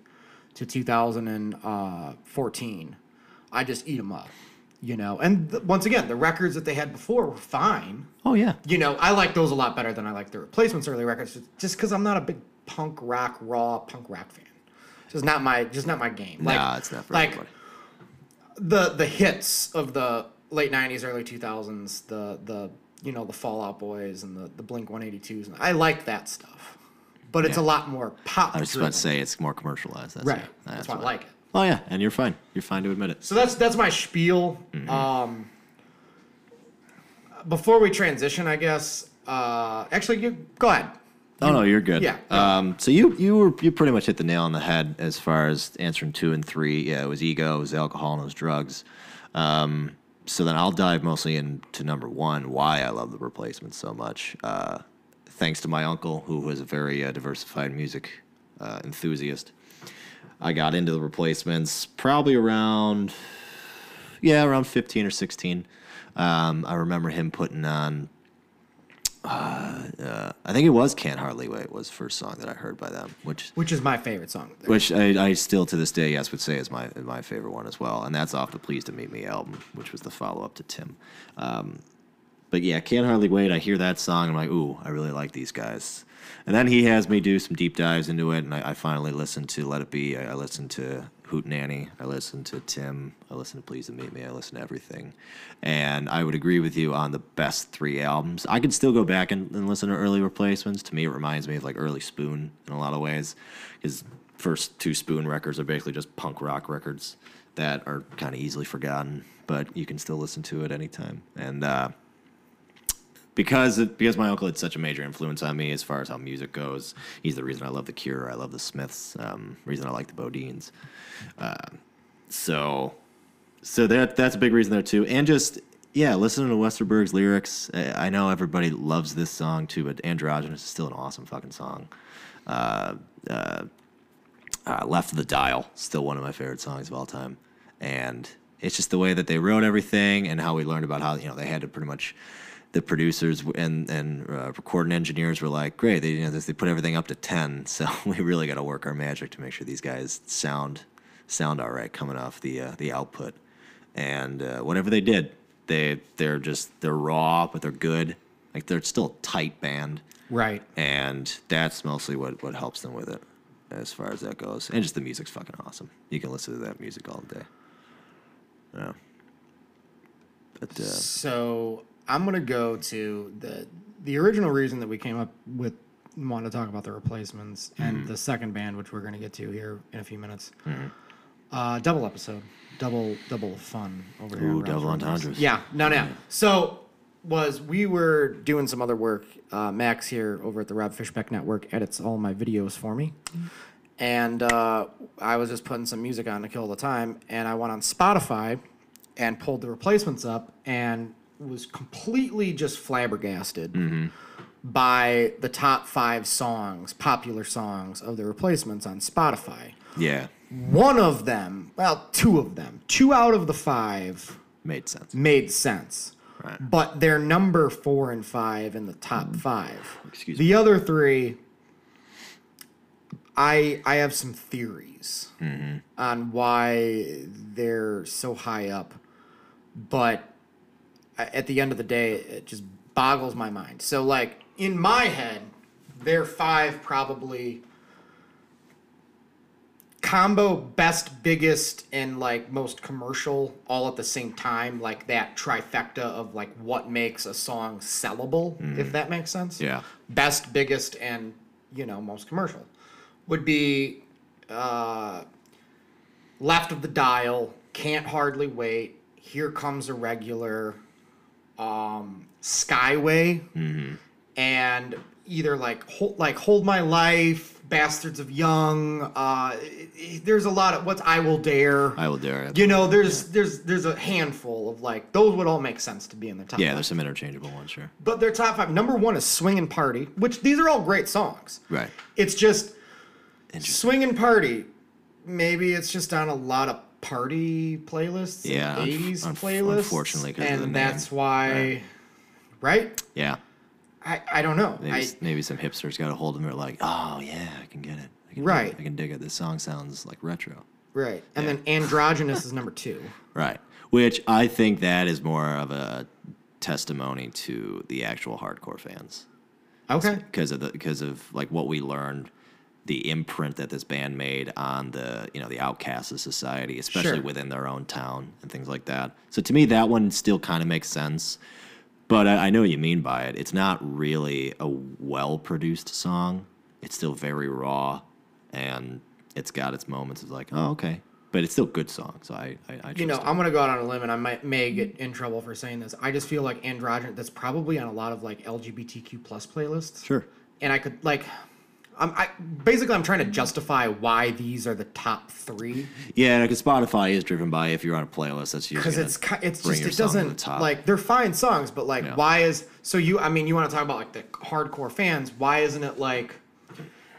[SPEAKER 3] to 2014. I just eat them up, you know. And th- once again, the records that they had before were fine.
[SPEAKER 2] Oh yeah.
[SPEAKER 3] You know, I like those a lot better than I like the replacements early records, just because I'm not a big punk rock raw punk rock fan. Just not my just not my game. Like,
[SPEAKER 2] nah, it's not for
[SPEAKER 3] like,
[SPEAKER 2] everybody.
[SPEAKER 3] the the hits of the late '90s, early 2000s, the the you know, the Fallout Boys and the, the Blink 182s. And I like that stuff, but it's a
[SPEAKER 2] Yeah.
[SPEAKER 3] lot more pop.
[SPEAKER 2] I was just about to say it's more commercialized. That's
[SPEAKER 3] Right.
[SPEAKER 2] it.
[SPEAKER 3] That's, why I like it.
[SPEAKER 2] Oh yeah, and you're fine. You're fine to admit it.
[SPEAKER 3] So that's that's my spiel.
[SPEAKER 2] Mm-hmm.
[SPEAKER 3] Um, before we transition, I guess. Uh, actually, you go ahead.
[SPEAKER 2] Oh no, you're good.
[SPEAKER 3] Yeah, yeah.
[SPEAKER 2] Um, so you you were you pretty much hit the nail on the head as far as answering two and three. Yeah, it was ego, it was alcohol, and it was drugs. Um, so then I'll dive mostly into number one, why I love the replacements so much. Uh, thanks to my uncle, who was a very uh, diversified music uh, enthusiast. I got into the replacements probably around yeah, around 15 or 16. Um, I remember him putting on, uh, uh, I think it was Can't Hardly Wait was the first song that I heard by them, which
[SPEAKER 3] Which is my favorite song. there.
[SPEAKER 2] which I, I still to this day, yes, would say is my my favorite one as well. And that's off the Please to Meet Me album, which was the follow up to Tim. Um, but yeah, Can't Hardly Wait, I hear that song, I'm like, ooh, I really like these guys. And then he has me do some deep dives into it, and I, I finally listened to Let It Be. I, I listened to Hoot Nanny. I listened to Tim. I listened to Please to Meet Me. I listened to everything. And I would agree with you on the best three albums. I could still go back and, and listen to early replacements. To me, it reminds me of like early Spoon in a lot of ways. His first two Spoon records are basically just punk rock records that are kind of easily forgotten, but you can still listen to it anytime. And, uh, because it, because my uncle had such a major influence on me as far as how music goes. He's the reason I love the Cure. I love the Smiths. Um, reason I like the Bodines. Uh, so so that that's a big reason there too, and just yeah, listening to Westerberg's lyrics. uh, I know everybody loves this song too, but Androgynous is still an awesome fucking song. Uh, uh, uh, Left of the Dial, still one of my favorite songs of all time, and it's just the way that they wrote everything and how we learned about how you know they had to pretty much. The producers and and uh, recording engineers were like, great, they you know they put everything up to ten, so we really got to work our magic to make sure these guys sound sound all right coming off the uh, the output and uh, whatever they did, they they're just they're raw, but they're good. Like they're still a tight band,
[SPEAKER 3] Right.
[SPEAKER 2] and that's mostly what what helps them with it, as far as that goes. And just the music's fucking awesome. You can listen to that music all day. Yeah. But uh,
[SPEAKER 3] So I'm gonna go to the the original reason that we came up with wanting to talk about the replacements and the second band, which we're gonna get to here in a few minutes. Uh, double episode, double double fun over here. on
[SPEAKER 2] Ooh,
[SPEAKER 3] Round
[SPEAKER 2] double
[SPEAKER 3] Table Games.
[SPEAKER 2] entendres.
[SPEAKER 3] Yeah, no, no. So was we were doing some other work. Uh, Max here over at the Rob Fishbeck Network edits all my videos for me. And uh, I was just putting some music on to kill the time, and I went on Spotify and pulled the replacements up and was completely just flabbergasted by the top five songs, popular songs of the replacements on Spotify.
[SPEAKER 2] yeah,
[SPEAKER 3] One of them, well, two of them, two out of the five
[SPEAKER 2] made sense.
[SPEAKER 3] made sense.
[SPEAKER 2] Right. Mm.
[SPEAKER 3] But they're number four and five in the top five.
[SPEAKER 2] Excuse
[SPEAKER 3] the other three, I I have some theories
[SPEAKER 2] Mm-hmm.
[SPEAKER 3] on why they're so high up, but a- at the end of the day, it just boggles my mind. So like in my head, they're five probably combo best biggest and like most commercial all at the same time like that trifecta of like what makes a song sellable if that makes sense
[SPEAKER 2] Yeah.
[SPEAKER 3] best biggest and you know most commercial would be uh left of the dial can't hardly wait here comes a regular um skyway
[SPEAKER 2] Mm-hmm.
[SPEAKER 3] and either like hold, like hold my life bastards of young uh it- it- there's a lot of what's i will dare
[SPEAKER 2] I will dare it.
[SPEAKER 3] you know there's there's there's a handful of like those would all make sense to be in the top
[SPEAKER 2] Yeah,
[SPEAKER 3] five.
[SPEAKER 2] there's some interchangeable ones, sure.
[SPEAKER 3] but their top five number one is swing and party which these are all great songs
[SPEAKER 2] Right.
[SPEAKER 3] it's just
[SPEAKER 2] Interesting.
[SPEAKER 3] swing and party maybe it's just on a lot of party playlists and
[SPEAKER 2] Yeah, unf-
[SPEAKER 3] 80s
[SPEAKER 2] unf-
[SPEAKER 3] playlists
[SPEAKER 2] unfortunately 'cause of
[SPEAKER 3] and
[SPEAKER 2] the name.
[SPEAKER 3] that's why right
[SPEAKER 2] Yeah.
[SPEAKER 3] i i don't know
[SPEAKER 2] Maybe,
[SPEAKER 3] I,
[SPEAKER 2] s- maybe some hipsters got a hold of them. They're like, oh yeah, I can get it. I can dig it.
[SPEAKER 3] Right.
[SPEAKER 2] I can dig it. This song sounds like retro.
[SPEAKER 3] Right. And then androgynous is number two.
[SPEAKER 2] Right. Which I think that is more of a testimony to the actual hardcore fans
[SPEAKER 3] Okay.
[SPEAKER 2] because of the because of like what we learned the imprint that this band made on the you know the outcasts of society especially
[SPEAKER 3] Sure.
[SPEAKER 2] within their own town and things like that so to me that one still kind of makes sense But I, I know what you mean by it. It's not really a well produced song. It's still very raw, and it's got its moments of like, oh, okay. But it's still good song, so I, I, I
[SPEAKER 3] You
[SPEAKER 2] trust
[SPEAKER 3] know,
[SPEAKER 2] it.
[SPEAKER 3] I'm gonna go out on a limb, and I might may get in trouble for saying this. I just feel like androgyn. That's probably on a lot of like LGBTQ plus playlists.
[SPEAKER 2] sure.
[SPEAKER 3] And I could like, I'm I basically I'm trying to justify why these are the top three
[SPEAKER 2] Yeah, because Spotify is driven by if you're on a playlist, that's usually
[SPEAKER 3] because
[SPEAKER 2] gonna
[SPEAKER 3] it's ki- it's
[SPEAKER 2] bring
[SPEAKER 3] just
[SPEAKER 2] your
[SPEAKER 3] it
[SPEAKER 2] song to the
[SPEAKER 3] doesn't
[SPEAKER 2] top.
[SPEAKER 3] like they're fine songs, but like
[SPEAKER 2] Yeah.
[SPEAKER 3] why is so you? I mean, you want to talk about like the hardcore fans? Why isn't it like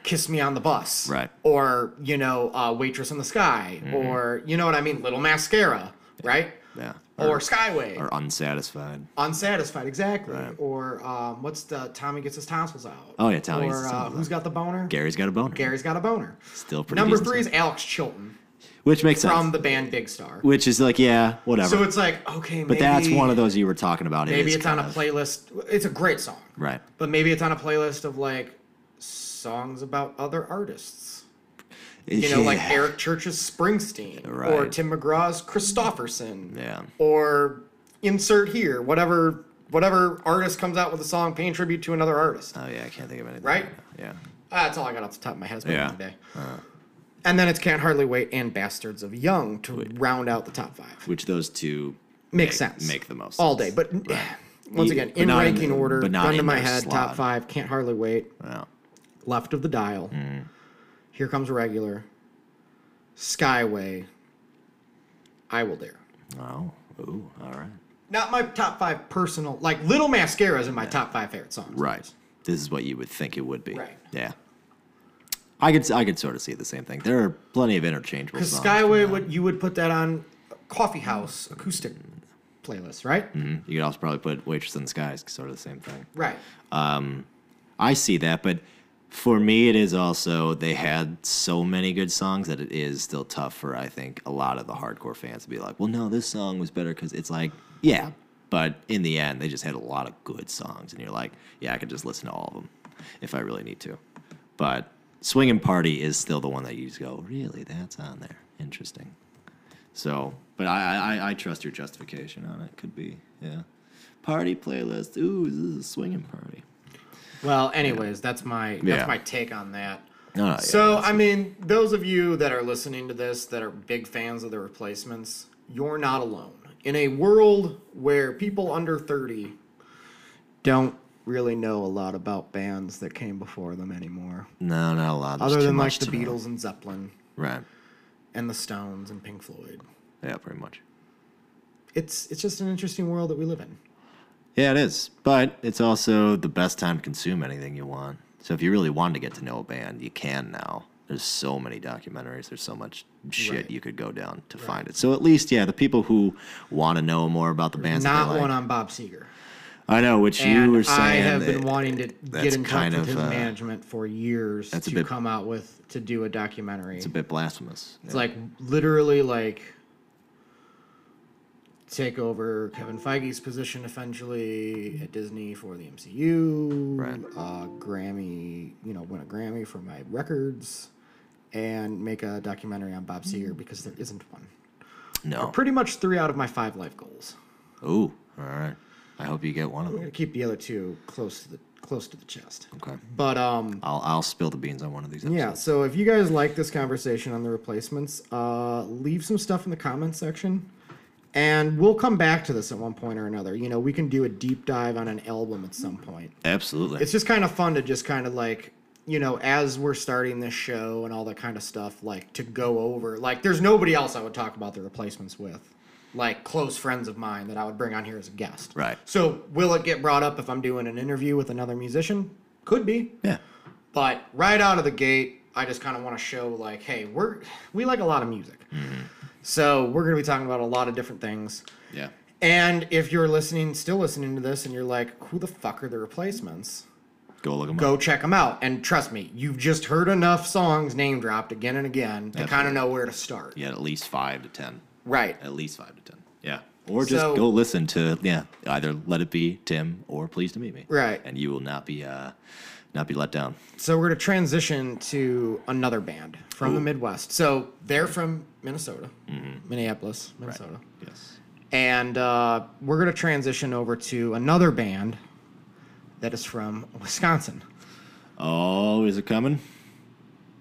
[SPEAKER 3] "Kiss Me on the Bus"
[SPEAKER 2] Right. Mm-hmm.
[SPEAKER 3] or you know uh, "Waitress in the Sky" or you know what I mean, "Little Mascara," right?
[SPEAKER 2] yeah,
[SPEAKER 3] Or Skyway,
[SPEAKER 2] or unsatisfied.
[SPEAKER 3] unsatisfied, exactly. Or um, what's the Tommy gets his tonsils out?
[SPEAKER 2] Oh, yeah, Tommy Gets
[SPEAKER 3] Or
[SPEAKER 2] His
[SPEAKER 3] uh,
[SPEAKER 2] Tonsils
[SPEAKER 3] who's
[SPEAKER 2] Out.
[SPEAKER 3] got the boner?
[SPEAKER 2] Gary's got a boner.
[SPEAKER 3] Gary's got a boner.
[SPEAKER 2] Still pretty
[SPEAKER 3] Number
[SPEAKER 2] decent
[SPEAKER 3] three is Alex Chilton
[SPEAKER 2] which makes sense.
[SPEAKER 3] from the band Big Star.
[SPEAKER 2] which is like, yeah, whatever.
[SPEAKER 3] So it's like okay,
[SPEAKER 2] but that's one of those you were talking about. It
[SPEAKER 3] Maybe
[SPEAKER 2] is
[SPEAKER 3] it's on a
[SPEAKER 2] kind of-
[SPEAKER 3] playlist. It's a great song,
[SPEAKER 2] Right.
[SPEAKER 3] but maybe it's on a playlist of like songs about other artists. You know, like
[SPEAKER 2] Yeah.
[SPEAKER 3] Eric Church's Springsteen or
[SPEAKER 2] Right.
[SPEAKER 3] Tim McGraw's Christofferson.
[SPEAKER 2] Yeah.
[SPEAKER 3] Or insert here whatever whatever artist comes out with a song paying tribute to another artist.
[SPEAKER 2] Oh yeah, I can't think of anything.
[SPEAKER 3] Right?
[SPEAKER 2] now. Yeah.
[SPEAKER 3] Ah, that's all I got off the top of my head.
[SPEAKER 2] Yeah. Uh.
[SPEAKER 3] Yeah. Today. and then it's Can't Hardly Wait and Bastards of Young to round out the top five.
[SPEAKER 2] Which those two
[SPEAKER 3] Makes sense.
[SPEAKER 2] make the most
[SPEAKER 3] all
[SPEAKER 2] sense.
[SPEAKER 3] day. But once
[SPEAKER 2] You-
[SPEAKER 3] again,
[SPEAKER 2] but
[SPEAKER 3] in
[SPEAKER 2] not in-
[SPEAKER 3] ranking order,
[SPEAKER 2] but not
[SPEAKER 3] gun to
[SPEAKER 2] in
[SPEAKER 3] my
[SPEAKER 2] their
[SPEAKER 3] head,
[SPEAKER 2] slot.
[SPEAKER 3] top five. Can't Hardly Wait.
[SPEAKER 2] Wow.
[SPEAKER 3] Left of the Dial.
[SPEAKER 2] Mm.
[SPEAKER 3] Here comes regular. Skyway. I will dare.
[SPEAKER 2] Wow. Ooh. All right.
[SPEAKER 3] Not my top five personal. Like Little Mascara is in my top five favorite songs.
[SPEAKER 2] Right. This is what you would think it would be.
[SPEAKER 3] Right.
[SPEAKER 2] Yeah. I could I could sort of see the same thing. There are plenty of interchangeable
[SPEAKER 3] Because
[SPEAKER 2] songs.
[SPEAKER 3] Skyway would you would put that on Coffee House acoustic playlist, right?
[SPEAKER 2] Mhm. You could also probably put Waitress in the Sky is sort of the same thing.
[SPEAKER 3] Right.
[SPEAKER 2] I see that, but for me, it is also they had so many good songs that it is still tough for I think a lot of the hardcore fans to be like, well, no, this song was better because it's like, yeah, but in the end, they just had a lot of good songs, and you're like, yeah, I could just listen to all of them if I really need to. But Swingin' Party is still the one that you just go, really, that's on there, interesting. So, but I, I, I trust your justification on it. Could be, yeah. Party playlist. Ooh, this is a swinging party.
[SPEAKER 3] Well, anyways, that's my that's
[SPEAKER 2] Yeah.
[SPEAKER 3] my take on that.
[SPEAKER 2] Oh, yeah.
[SPEAKER 3] So, I mean, those of you that are listening to this that are big fans of the replacements, you're not alone. In a world where people under 30 don't really know a lot about bands that came before them anymore,
[SPEAKER 2] No, not a lot. There's
[SPEAKER 3] other
[SPEAKER 2] too
[SPEAKER 3] than like
[SPEAKER 2] much
[SPEAKER 3] the
[SPEAKER 2] to know.
[SPEAKER 3] Beatles and Zeppelin
[SPEAKER 2] Right.
[SPEAKER 3] and the Stones and Pink Floyd.
[SPEAKER 2] Yeah, pretty much.
[SPEAKER 3] It's it's just an interesting world that we live in.
[SPEAKER 2] Yeah, it is. But it's also the best time to consume anything you want. So if you really want to get to know a band, you can now. There's so many documentaries. There's so much shit
[SPEAKER 3] Right.
[SPEAKER 2] you could go down to find it. So at least, yeah, the people who want to know more about the bands, that
[SPEAKER 3] Not
[SPEAKER 2] they like,
[SPEAKER 3] one on Bob Seger.
[SPEAKER 2] I know, which you
[SPEAKER 3] And
[SPEAKER 2] were saying.
[SPEAKER 3] I have been
[SPEAKER 2] that-
[SPEAKER 3] wanting to
[SPEAKER 2] that's
[SPEAKER 3] get in touch
[SPEAKER 2] kind
[SPEAKER 3] with
[SPEAKER 2] of,
[SPEAKER 3] his
[SPEAKER 2] uh,
[SPEAKER 3] management for years
[SPEAKER 2] that's a
[SPEAKER 3] to
[SPEAKER 2] bit-
[SPEAKER 3] come out with to do a documentary.
[SPEAKER 2] It's a bit blasphemous.
[SPEAKER 3] It's like literally like take over Kevin Feige's position eventually at Disney for the MCU,
[SPEAKER 2] Right.
[SPEAKER 3] uh, Grammy, you know, win a Grammy for my records, and make a documentary on Bob Seger because there isn't one.
[SPEAKER 2] no.
[SPEAKER 3] Pretty much three out of my five life goals.
[SPEAKER 2] Ooh, all right. I hope you get one of
[SPEAKER 3] I'm
[SPEAKER 2] them.
[SPEAKER 3] gonna keep the other two close to the close to the chest.
[SPEAKER 2] Okay.
[SPEAKER 3] But um,
[SPEAKER 2] I'll I'll spill the beans on one of these. Episodes.
[SPEAKER 3] Yeah, so if you guys like this conversation on the replacements, uh, leave some stuff in the comments section. And we'll come back to this at one point or another. You know, we can do a deep dive on an album at some point.
[SPEAKER 2] Absolutely.
[SPEAKER 3] It's just kind of fun to just kind of like, you know, as we're starting this show and all that kind of stuff, like to go over. Like, there's nobody else I would talk about the replacements with, like close friends of mine that I would bring on here as a guest.
[SPEAKER 2] Right.
[SPEAKER 3] So, will it get brought up if I'm doing an interview with another musician? Could be.
[SPEAKER 2] yeah.
[SPEAKER 3] But right out of the gate, I just kind of want to show like, hey, we're we like a lot of music,
[SPEAKER 2] Mm-hmm.
[SPEAKER 3] so we're gonna be talking about a lot of different things.
[SPEAKER 2] Yeah.
[SPEAKER 3] And if you're listening, still listening to this, and you're like, who the fuck are the replacements?
[SPEAKER 2] Go look them up.
[SPEAKER 3] Go check them out. And trust me, you've just heard enough songs name dropped again and again to kind of
[SPEAKER 2] Absolutely.
[SPEAKER 3] know where to start.
[SPEAKER 2] Yeah, at least five to ten.
[SPEAKER 3] Right.
[SPEAKER 2] At least five to ten. Yeah. Or just
[SPEAKER 3] So-
[SPEAKER 2] go listen to yeah, either Let It Be Tim or Please to Meet Me.
[SPEAKER 3] Right.
[SPEAKER 2] And you will not be uh not be let down.
[SPEAKER 3] So we're gonna transition to another band
[SPEAKER 2] Mm-hmm.
[SPEAKER 3] from the Midwest. So they're from Minnesota, Minneapolis, Minnesota.
[SPEAKER 2] Yes.
[SPEAKER 3] And uh, we're going to transition over to another band that is from Wisconsin.
[SPEAKER 2] Oh, is it coming?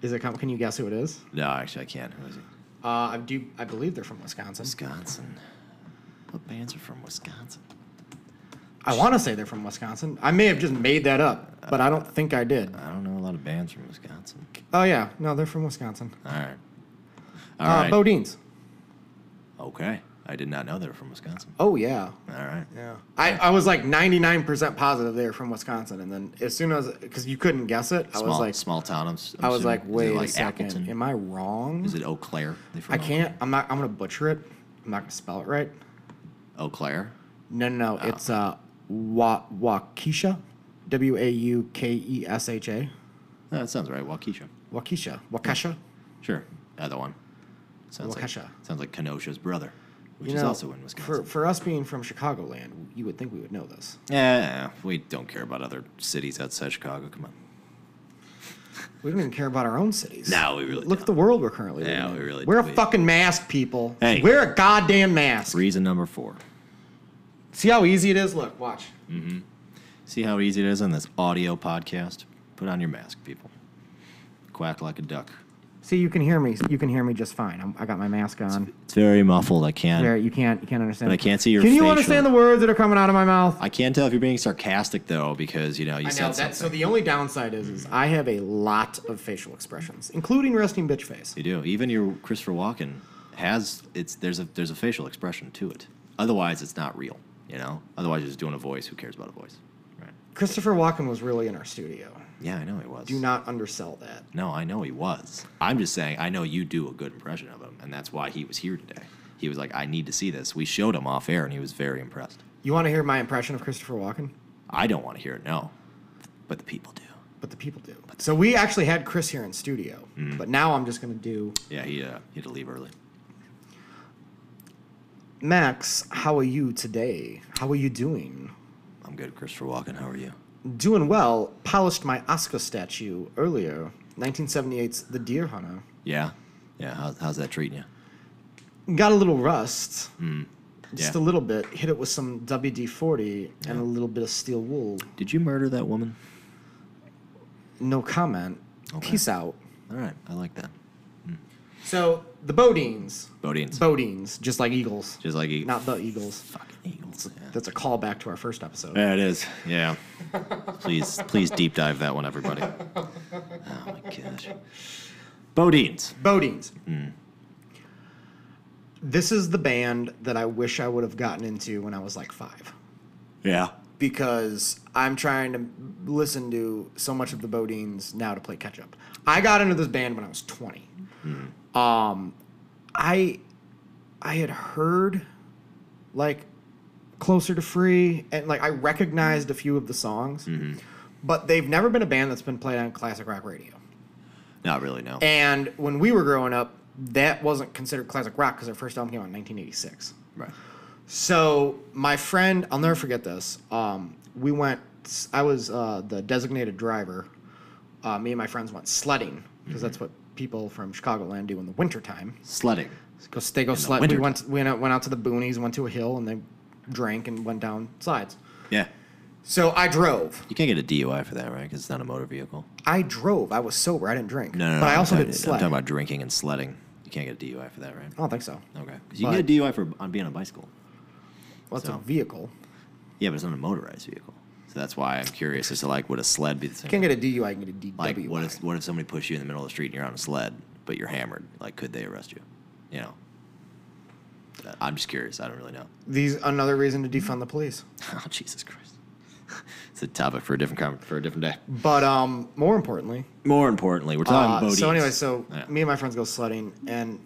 [SPEAKER 3] Is it? com- Can you guess who it is?
[SPEAKER 2] No, actually, I can't. Who is it?
[SPEAKER 3] Uh, I do. I believe they're from Wisconsin.
[SPEAKER 2] Wisconsin. What bands are from Wisconsin?
[SPEAKER 3] I want to say they're from Wisconsin. I may have just made that up, but I don't think I did.
[SPEAKER 2] I don't know a lot of bands from Wisconsin.
[SPEAKER 3] Oh yeah, no, they're from Wisconsin.
[SPEAKER 2] All right.
[SPEAKER 3] Uh,
[SPEAKER 2] All right.
[SPEAKER 3] Bodine's.
[SPEAKER 2] okay. I did not know they were from Wisconsin.
[SPEAKER 3] Oh yeah.
[SPEAKER 2] All right.
[SPEAKER 3] Yeah. I, I was like 99% positive they were from Wisconsin. And then as soon as, because you couldn't guess it, I
[SPEAKER 2] Small,
[SPEAKER 3] was like,
[SPEAKER 2] small town. I'm, s- I'm
[SPEAKER 3] I was
[SPEAKER 2] assuming.
[SPEAKER 3] like, wait
[SPEAKER 2] is it
[SPEAKER 3] a
[SPEAKER 2] like
[SPEAKER 3] second.
[SPEAKER 2] Appleton?
[SPEAKER 3] Am I wrong?
[SPEAKER 2] Is it Eau Claire? They from
[SPEAKER 3] I
[SPEAKER 2] Eau Claire?
[SPEAKER 3] can't, I'm not, I'm going to butcher it. I'm not going to spell it right.
[SPEAKER 2] Eau Claire.
[SPEAKER 3] No, no, no. It's uh, Wa- Waukesha. W A U K E S H A.
[SPEAKER 2] No, that sounds right. Waukesha.
[SPEAKER 3] Waukesha. Waukesha.
[SPEAKER 2] Sure. Other one. Sounds
[SPEAKER 3] Waukesha.
[SPEAKER 2] like sounds like Kenosha's brother, which
[SPEAKER 3] You
[SPEAKER 2] is
[SPEAKER 3] know,
[SPEAKER 2] also in Wisconsin.
[SPEAKER 3] For, for us being from Chicagoland, you would think we would know this.
[SPEAKER 2] Yeah, we don't care about other cities outside Chicago. Come on.
[SPEAKER 3] We don't even care about our own cities.
[SPEAKER 2] No, we really
[SPEAKER 3] Look at
[SPEAKER 2] don't.
[SPEAKER 3] the world we're currently
[SPEAKER 2] Yeah,
[SPEAKER 3] living in.
[SPEAKER 2] we really-
[SPEAKER 3] We're
[SPEAKER 2] we-
[SPEAKER 3] a fucking mask, people.
[SPEAKER 2] Hey.
[SPEAKER 3] We're a goddamn mask.
[SPEAKER 2] Reason number four.
[SPEAKER 3] See how easy it is? Look, watch.
[SPEAKER 2] See how easy it is on this audio podcast? Put on your mask, people. Quack like a duck.
[SPEAKER 3] See, you can hear me. You can hear me just fine. I'm, I got my mask on.
[SPEAKER 2] It's very muffled. I can't.
[SPEAKER 3] There, you can't. You can't understand.
[SPEAKER 2] But I can't see your
[SPEAKER 3] Can you
[SPEAKER 2] facial-
[SPEAKER 3] understand the words that are coming out of my mouth?
[SPEAKER 2] I can't tell if you're being sarcastic though, because you know you
[SPEAKER 3] I
[SPEAKER 2] said
[SPEAKER 3] know that. So
[SPEAKER 2] something.
[SPEAKER 3] the only downside is, is I have a lot of facial expressions, including resting bitch face.
[SPEAKER 2] you do. Even your Christopher Walken has it's there's a there's a facial expression to it. Otherwise, it's not real. You know. Otherwise, you're just doing a voice. Who cares about a voice? Right.
[SPEAKER 3] Christopher Walken was really in our studio.
[SPEAKER 2] Yeah, I know he was.
[SPEAKER 3] Do not undersell that.
[SPEAKER 2] No, I know he was. I'm just saying, I know you do a good impression of him, and that's why he was here today. He was like, I need to see this. We showed him off air, and he was very impressed.
[SPEAKER 3] You want to hear my impression of Christopher Walken?
[SPEAKER 2] I don't want to hear it, no, but the people do.
[SPEAKER 3] But the people do. So we actually had Chris here in studio, but now I'm just going to do
[SPEAKER 2] Yeah, he uh, he had to leave early.
[SPEAKER 3] Max. How are you today? How are you doing?
[SPEAKER 2] I'm good, Christopher Walken. How are you?
[SPEAKER 3] Doing well. Polished my Oscar statue earlier. 1978's The Deer Hunter.
[SPEAKER 2] Yeah, yeah. How, how's that treating you?
[SPEAKER 3] Got a little rust, just
[SPEAKER 2] Hmm. Yeah.
[SPEAKER 3] a little bit. Hit it with some WD 40 and a little bit of steel wool.
[SPEAKER 2] Did you murder that woman?
[SPEAKER 3] No comment.
[SPEAKER 2] Okay.
[SPEAKER 3] Peace out.
[SPEAKER 2] All right, I like that.
[SPEAKER 3] So the Bodines.
[SPEAKER 2] Bodines,
[SPEAKER 3] Bodines, just like Eagles.
[SPEAKER 2] just like he
[SPEAKER 3] Not the Eagles.
[SPEAKER 2] fucking eagles. Yeah.
[SPEAKER 3] That's a callback to our first episode.
[SPEAKER 2] Yeah, it is. Yeah. please, please deep dive that one, everybody. Oh my gosh. Bodines.
[SPEAKER 3] Bodines.
[SPEAKER 2] Hmm.
[SPEAKER 3] This is the band that I wish I would have gotten into when I was like five
[SPEAKER 2] Yeah.
[SPEAKER 3] because I'm trying to listen to so much of the Bodines now to play catch up. I got into this band when I was 20. Um, I I had heard like closer to free and like I recognized a few of the songs, but they've never been a band that's been played on classic rock radio.
[SPEAKER 2] Not really, no.
[SPEAKER 3] And when we were growing up, that wasn't considered classic rock because their first album came out in 1986.
[SPEAKER 2] Right.
[SPEAKER 3] So my friend, I'll never forget this. Um, we went. I was uh, the designated driver. Uh, me and my friends went sledding because that's
[SPEAKER 2] Mm-hmm.
[SPEAKER 3] what people from Chicagoland do in the wintertime.
[SPEAKER 2] Sledding.
[SPEAKER 3] Go, they go sled. We
[SPEAKER 2] wintertime.
[SPEAKER 3] went, we went out, went out to the boonies, went to a hill, and they drank and went down sides.
[SPEAKER 2] Yeah.
[SPEAKER 3] So I drove.
[SPEAKER 2] You can't get a DUI for that, right? Because it's not a motor vehicle.
[SPEAKER 3] I drove. I was sober. I didn't drink.
[SPEAKER 2] No, no, no.
[SPEAKER 3] but I
[SPEAKER 2] I'm
[SPEAKER 3] also
[SPEAKER 2] talking-
[SPEAKER 3] didn't
[SPEAKER 2] I'm
[SPEAKER 3] sled.
[SPEAKER 2] talking about drinking and sledding. You can't get a DUI for that, right?
[SPEAKER 3] I don't think so.
[SPEAKER 2] Okay. 'Cause you
[SPEAKER 3] But-
[SPEAKER 2] can get a DUI for on being on a bicycle.
[SPEAKER 3] Well, it's
[SPEAKER 2] So-
[SPEAKER 3] a vehicle.
[SPEAKER 2] Yeah, but it's not a motorized vehicle. So that's why I'm curious as to like, would a sled be the same?
[SPEAKER 3] You can't get a DUI. You can get a DWI.
[SPEAKER 2] like, what if what if somebody pushed you in the middle of the street and you're on a sled, but you're hammered? Like, could they arrest you? You know. Uh, I'm just curious. I don't really know.
[SPEAKER 3] These another reason to defund the police.
[SPEAKER 2] Oh Jesus Christ! it's a topic for a different com- for a different day.
[SPEAKER 3] But um, more importantly,
[SPEAKER 2] More importantly, we're talking
[SPEAKER 3] uh,
[SPEAKER 2] Bodines.
[SPEAKER 3] so anyway, so
[SPEAKER 2] Yeah.
[SPEAKER 3] me and my friends go sledding, and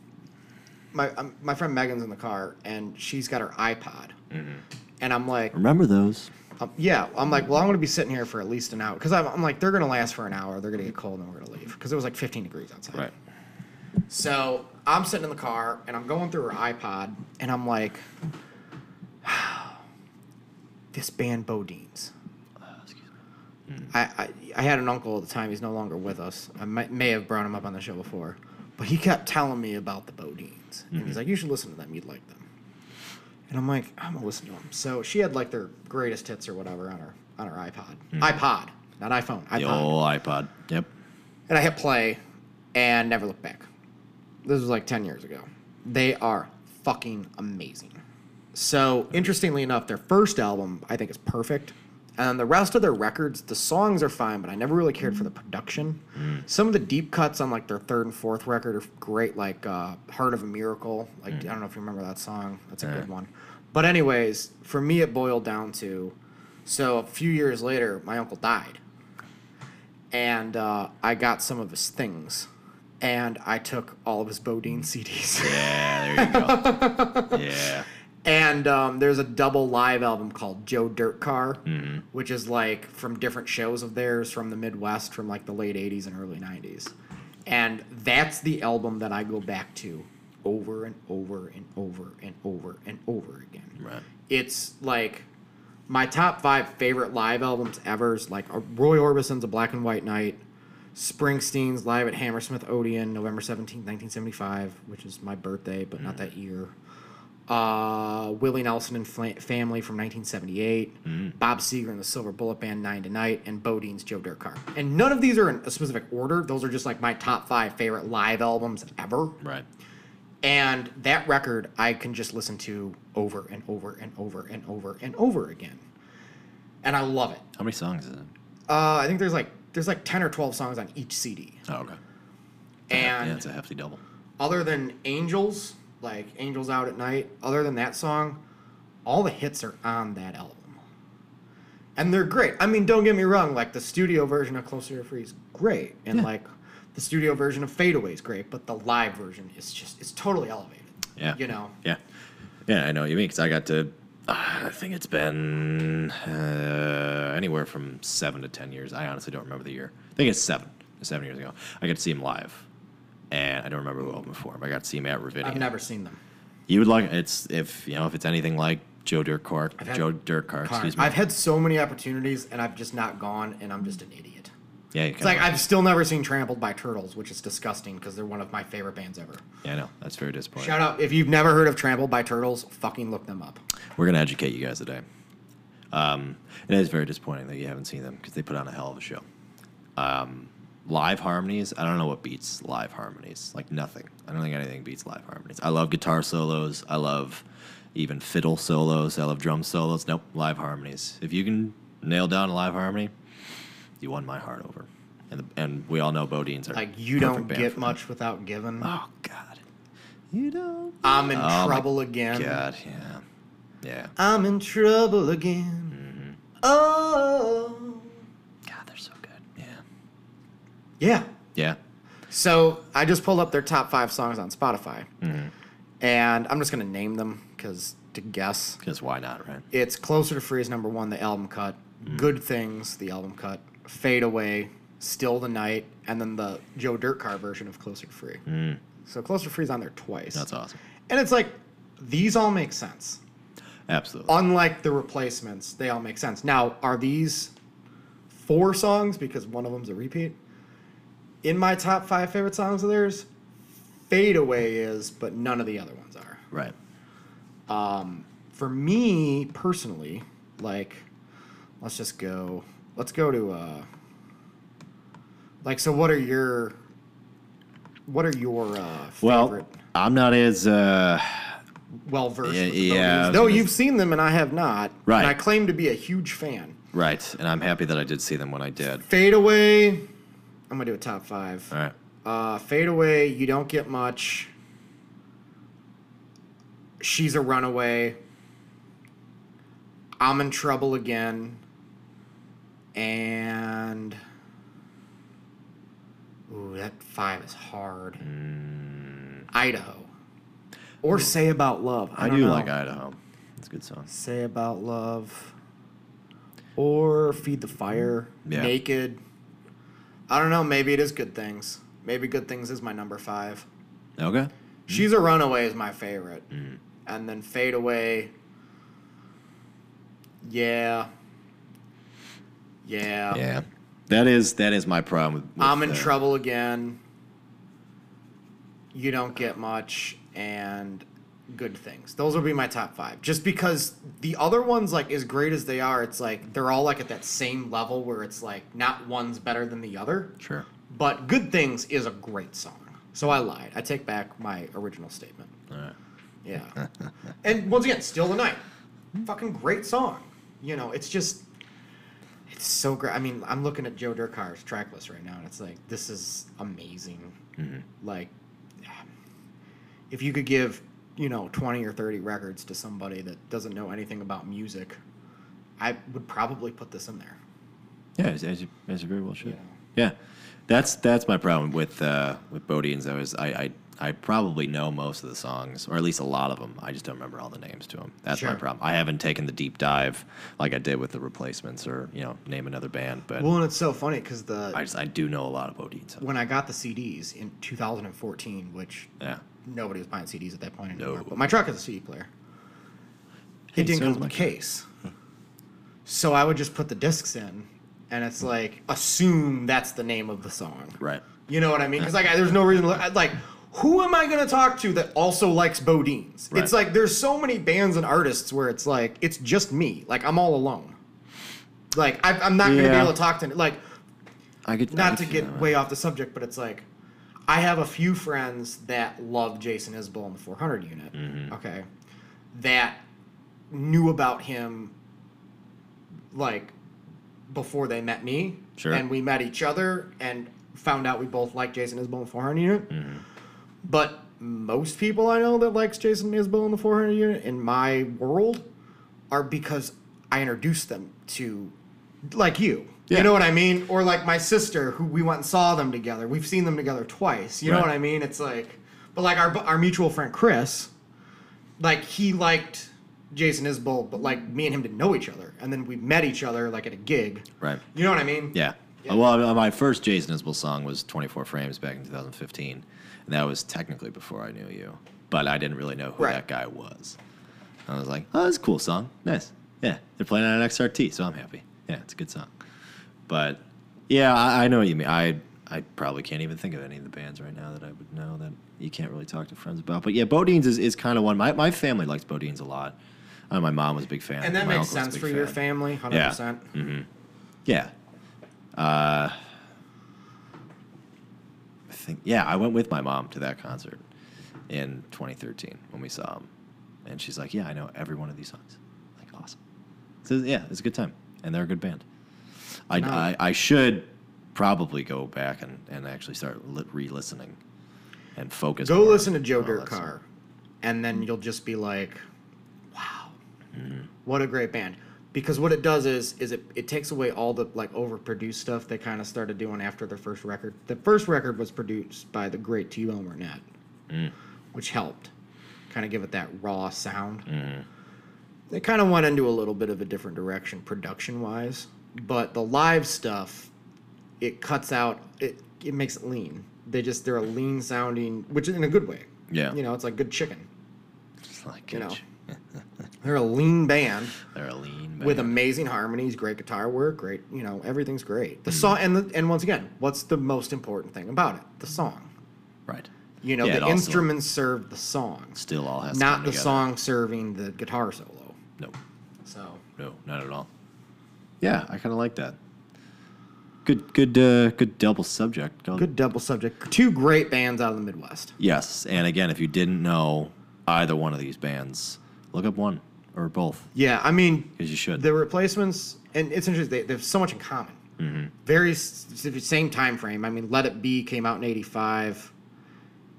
[SPEAKER 3] my um, my friend Megan's in the car, and she's got her iPod,
[SPEAKER 2] Mm-hmm.
[SPEAKER 3] and I'm like,
[SPEAKER 2] remember those.
[SPEAKER 3] um, yeah, I'm like, well, I'm gonna be sitting here for at least an hour, because I'm, I'm like, they're gonna last for an hour, they're gonna get cold, and we're gonna leave, because it was like 15 degrees outside.
[SPEAKER 2] Right.
[SPEAKER 3] So I'm sitting in the car and I'm going through her iPod and I'm like, this band Bodines.
[SPEAKER 2] Uh,
[SPEAKER 3] I, I, I had an uncle at the time. He's no longer with us. I might, may have brought him up on the show before, but he kept telling me about the Bodines. And he's like, you should listen to them. You'd like them. And I'm like, I'm gonna listen to them. So she had like their greatest hits or whatever on her on her iPod, iPod, not iPhone, iPod.
[SPEAKER 2] The old iPod. Yep.
[SPEAKER 3] And I hit play, and never looked back. This was like ten years ago. They are fucking amazing. So interestingly enough, their first album I think is perfect, and the rest of their records, the songs are fine, but I never really cared for the production. Some of the deep cuts on like their third and fourth record are great, like uh, "Heart of a Miracle." Like I don't know if you remember that song. That's a good one. But anyways, for me, it boiled down to, so a few years later, my uncle died and uh, I got some of his things, and I took all of his Bodine CDs.
[SPEAKER 2] Yeah, there you go. yeah.
[SPEAKER 3] and um, there's a double live album called Joe Dirt Car, which is like from different shows of theirs from the Midwest from like the late '80s and early '90s, and that's the album that I go back to over and over and over and over and over again
[SPEAKER 2] Right.
[SPEAKER 3] it's like my top five favorite live albums ever is like uh, Roy Orbison's A Black and White Night, Springsteen's Live at Hammersmith Odeon, November 17th, 1975, which is my birthday, but not that year. Uh, Willie Nelson and Fla- Family from 1978, Bob Seger and the Silver Bullet Band, Nine to Night, and Bo Dean's Joe Dirt Car. And none of these are in a specific order. Those are just like my top five favorite live albums ever.
[SPEAKER 2] Right.
[SPEAKER 3] And that record I can just listen to over and over and over and over and over again. And I love it.
[SPEAKER 2] How many songs is it?
[SPEAKER 3] Uh, I think there's like there's like 10 or 12 songs on each CD.
[SPEAKER 2] Oh, okay.
[SPEAKER 3] And
[SPEAKER 2] yeah, it's a hefty double.
[SPEAKER 3] other than Angels, like Angels Out at Night, other than that song, all the hits are on that album. And they're great. I mean, don't get me wrong, like the studio version of Closer to Free is great. And like the studio version of Fadeaway is great, but the live version is just it's totally elevated.
[SPEAKER 2] Yeah.
[SPEAKER 3] You know.
[SPEAKER 2] Yeah. Yeah, I know what you mean. Because I got to, uh, I think it's been uh, anywhere from seven to 10 years. I honestly don't remember the year. I think it's seven, seven years ago. I got to see him live. And I don't remember who opened for him. I got to see him at Ravinia.
[SPEAKER 3] I've never seen them.
[SPEAKER 2] You would like it's if you know if it's anything like Joe Dirt Car,
[SPEAKER 3] had-
[SPEAKER 2] Joe Dirt Car, excuse me.
[SPEAKER 3] I've had so many opportunities and I've just not gone, and I'm just an idiot.
[SPEAKER 2] yeah, you
[SPEAKER 3] It's like I've still never seen Trampled by Turtles, which is disgusting because they're one of my favorite bands ever.
[SPEAKER 2] yeah, I know that's very disappointing.
[SPEAKER 3] Shout out if you've never heard of Trampled by Turtles, fucking look them up.
[SPEAKER 2] We're gonna educate you guys today. Um, it is very disappointing that you haven't seen them because they put on a hell of a show. Um, live harmonies, I don't know what beats live harmonies. Like nothing. I don't think anything beats live harmonies. I love guitar solos. I love even fiddle solos. I love drum solos. Nope, live harmonies. If you can nail down a live harmony, you won my heart over. And, the, and we all know Bodine's are
[SPEAKER 3] Like you
[SPEAKER 2] perfect
[SPEAKER 3] don't
[SPEAKER 2] band
[SPEAKER 3] get
[SPEAKER 2] for that.
[SPEAKER 3] much without giving.
[SPEAKER 2] Oh God, you don't.
[SPEAKER 3] I'm in
[SPEAKER 2] Oh, my
[SPEAKER 3] trouble again.
[SPEAKER 2] God, yeah, yeah.
[SPEAKER 3] I'm in trouble again.
[SPEAKER 2] Mm-hmm.
[SPEAKER 3] Oh.
[SPEAKER 2] God, they're so good. Yeah,
[SPEAKER 3] Yeah.
[SPEAKER 2] yeah.
[SPEAKER 3] So I just pulled up their top five songs on Spotify,
[SPEAKER 2] Mm-hmm.
[SPEAKER 3] and I'm just gonna name them because to guess.
[SPEAKER 2] Because why not, right?
[SPEAKER 3] It's Closer to Free is number one, the album cut. Good Things, the album cut. Fade Away, Still the Night, and then the Joe Dirt Car version of Closer to Free. So Closer to Free is on there twice.
[SPEAKER 2] That's awesome.
[SPEAKER 3] and it's like, these all make sense.
[SPEAKER 2] Absolutely.
[SPEAKER 3] Unlike the replacements, they all make sense. Now, are these four songs? Because one of them's a repeat. In my top five favorite songs of theirs, Fade Away is, but none of the other ones are
[SPEAKER 2] right.
[SPEAKER 3] for me personally, like, let's just go. Let's go to uh, like. So, what are your, what are your uh, favorite
[SPEAKER 2] Well, I'm not as uh,
[SPEAKER 3] well versed?
[SPEAKER 2] yeah,
[SPEAKER 3] with the
[SPEAKER 2] yeah, I
[SPEAKER 3] Bodies?
[SPEAKER 2] was
[SPEAKER 3] Though
[SPEAKER 2] gonna
[SPEAKER 3] you've seen them and I have not.
[SPEAKER 2] Right.
[SPEAKER 3] And I claim to be a huge fan.
[SPEAKER 2] right, and I'm happy that I did see them when I did.
[SPEAKER 3] Fade away. I'm gonna do a top five.
[SPEAKER 2] All right.
[SPEAKER 3] Uh, fade away. You don't get much. She's a runaway. I'm in trouble again. And ooh, that five is hard. Idaho, or say about love. I,
[SPEAKER 2] Hmm. I,
[SPEAKER 3] don't
[SPEAKER 2] do
[SPEAKER 3] know.
[SPEAKER 2] like Idaho. It's a good song.
[SPEAKER 3] say about love, or feed the fire.
[SPEAKER 2] Yeah.
[SPEAKER 3] Naked. I don't know. Maybe it is good things. Maybe good things is my number five.
[SPEAKER 2] Okay.
[SPEAKER 3] She's a Runaway is my favorite. And then Fade Away. Yeah. Yeah.
[SPEAKER 2] Yeah. Oh. That is that is my problem. With, with,
[SPEAKER 3] I'm in
[SPEAKER 2] uh,
[SPEAKER 3] trouble again. You don't get much. And good things. Those would be my top five. Just because the other ones, like as great as they are, it's like they're all like at that same level where it's like not one's better than the other.
[SPEAKER 2] Sure.
[SPEAKER 3] But Good Things is a great song. So I lied. I take back my original statement.
[SPEAKER 2] All right.
[SPEAKER 3] Yeah. and once again, Still the Night. Fucking great song. You know, it's just it's so great. I mean, I'm looking at Joe Durkar's track list right now and it's like this is amazing. Like if you could give, you know, 20 or 30 records to somebody that doesn't know anything about music, I would probably put this in there.
[SPEAKER 2] Yeah, as, as you as you very well should. Yeah, that's that's my problem with uh, with Bodians. Though is I, I I probably know most of the songs, or at least a lot of them. I just don't remember all the names to them. That's my
[SPEAKER 3] Sure.
[SPEAKER 2] problem. I haven't taken the deep dive like I did with the Replacements, or you know, name another band. But
[SPEAKER 3] Well, and it's so funny cuz the
[SPEAKER 2] I just I do know a lot of Bodians. So.
[SPEAKER 3] when I got the CDs in 2014, which
[SPEAKER 2] Yeah.
[SPEAKER 3] nobody was buying CDs at that point anymore.
[SPEAKER 2] No.
[SPEAKER 3] But my truck has a CD player.
[SPEAKER 2] Hey,
[SPEAKER 3] It didn't
[SPEAKER 2] so
[SPEAKER 3] come
[SPEAKER 2] does
[SPEAKER 3] with
[SPEAKER 2] my
[SPEAKER 3] a
[SPEAKER 2] truck.
[SPEAKER 3] case. So I would just put the discs in, and it's like assume that's the name of the song.
[SPEAKER 2] Right.
[SPEAKER 3] You know what I mean? Because like, I- there's no reason. to- I'd Like, who am I going to talk to that also likes Bodines?
[SPEAKER 2] Right.
[SPEAKER 3] It's like there's so many bands and artists where it's like it's just me. Like I'm all alone. Like I, I'm not going to be
[SPEAKER 2] Yeah.
[SPEAKER 3] able to talk to like
[SPEAKER 2] I could I
[SPEAKER 3] not
[SPEAKER 2] could
[SPEAKER 3] to
[SPEAKER 2] see
[SPEAKER 3] get
[SPEAKER 2] that, man.
[SPEAKER 3] way off the subject, but it's like I have a few friends that love Jason Isbell in the 400 unit. Okay, that knew about him like before they met me,
[SPEAKER 2] Sure.
[SPEAKER 3] and we met each other and found out we both like Jason Isbell in the 400 unit. But most people I know that likes Jason Isbell in the 400 unit in my world are because I introduced them to like you.
[SPEAKER 2] Yeah.
[SPEAKER 3] You know what I mean? Or like my sister, who we went and saw them together. We've seen them together twice. You know
[SPEAKER 2] Right.
[SPEAKER 3] what I mean? It's like, but like our our mutual friend Chris, like he liked Jason Isbell, but like me and him didn't know each other, and then we met each other like at a gig.
[SPEAKER 2] Right.
[SPEAKER 3] You know what I mean?
[SPEAKER 2] Yeah.
[SPEAKER 3] Mm-hmm. Yeah.
[SPEAKER 2] Well, my first Jason Isbell song was 24 Frames back in 2015, and that was technically before I knew you, but I didn't really know who
[SPEAKER 3] Right.
[SPEAKER 2] that guy was. I was like, oh, that's a cool song. Nice. Yeah, they're playing on an XRT, so I'm happy. Yeah, it's a good song. But yeah, I, I know what you mean. I I probably can't even think of any of the bands right now that I would know that you can't really talk to friends about. But yeah, Bodines is, is kind of one. My, my family likes Bodines a lot. Uh, my mom was a big fan.
[SPEAKER 3] And that
[SPEAKER 2] my
[SPEAKER 3] makes
[SPEAKER 2] uncle was a
[SPEAKER 3] sense
[SPEAKER 2] big
[SPEAKER 3] for your
[SPEAKER 2] fan.
[SPEAKER 3] family, hundred
[SPEAKER 2] Yeah.
[SPEAKER 3] percent.
[SPEAKER 2] Yeah. Uh, I think yeah, I went with my mom to that concert in 2013 when we saw him, and she's like, "Yeah, I know every one of these songs." Like, awesome. So yeah, it's a good time, and they're a good band. I
[SPEAKER 3] No.
[SPEAKER 2] I, I should probably go back and, and actually start li- re-listening and focus.
[SPEAKER 3] Go
[SPEAKER 2] more
[SPEAKER 3] listen to
[SPEAKER 2] on-
[SPEAKER 3] Joe
[SPEAKER 2] on all that stuff.
[SPEAKER 3] Durkar, and then you'll just be like, "Wow, what a great band!" Because what it does is, is it, it takes away all the like overproduced stuff they kind of started doing after their first record. The first record was produced by the great T. Bone Burnett, which helped kind of give it that raw sound.
[SPEAKER 2] Mm-hmm.
[SPEAKER 3] They kind of went into a little bit of a different direction production wise, but the live stuff it cuts out it it makes it lean they just they're a lean sounding which is in a good way
[SPEAKER 2] Yeah.
[SPEAKER 3] you know it's like good chicken
[SPEAKER 2] It's like,
[SPEAKER 3] you know.
[SPEAKER 2] gosh,
[SPEAKER 3] they're a lean band
[SPEAKER 2] they're a lean band.
[SPEAKER 3] with amazing harmonies great guitar work great you know everything's great
[SPEAKER 2] Mm-hmm.
[SPEAKER 3] the song and the, and once again what's the most important thing about it the song
[SPEAKER 2] right.
[SPEAKER 3] you know
[SPEAKER 2] Yeah, it
[SPEAKER 3] the
[SPEAKER 2] also
[SPEAKER 3] instruments serve the song
[SPEAKER 2] still all has to
[SPEAKER 3] not
[SPEAKER 2] come
[SPEAKER 3] the
[SPEAKER 2] together.
[SPEAKER 3] song serving the guitar solo
[SPEAKER 2] No.
[SPEAKER 3] so
[SPEAKER 2] No, not at all. Yeah, I kind of like that. Good, good, uh, good double subject. Go-
[SPEAKER 3] good double subject two great bands out of the midwest
[SPEAKER 2] Yes, and again, if you didn't know either one of these bands, look up one or both
[SPEAKER 3] yeah i mean
[SPEAKER 2] because you should.
[SPEAKER 3] the replacements and it's interesting they, they have so much in common
[SPEAKER 2] Mm-hmm.
[SPEAKER 3] very s- s- same time frame i mean let it be came out in 85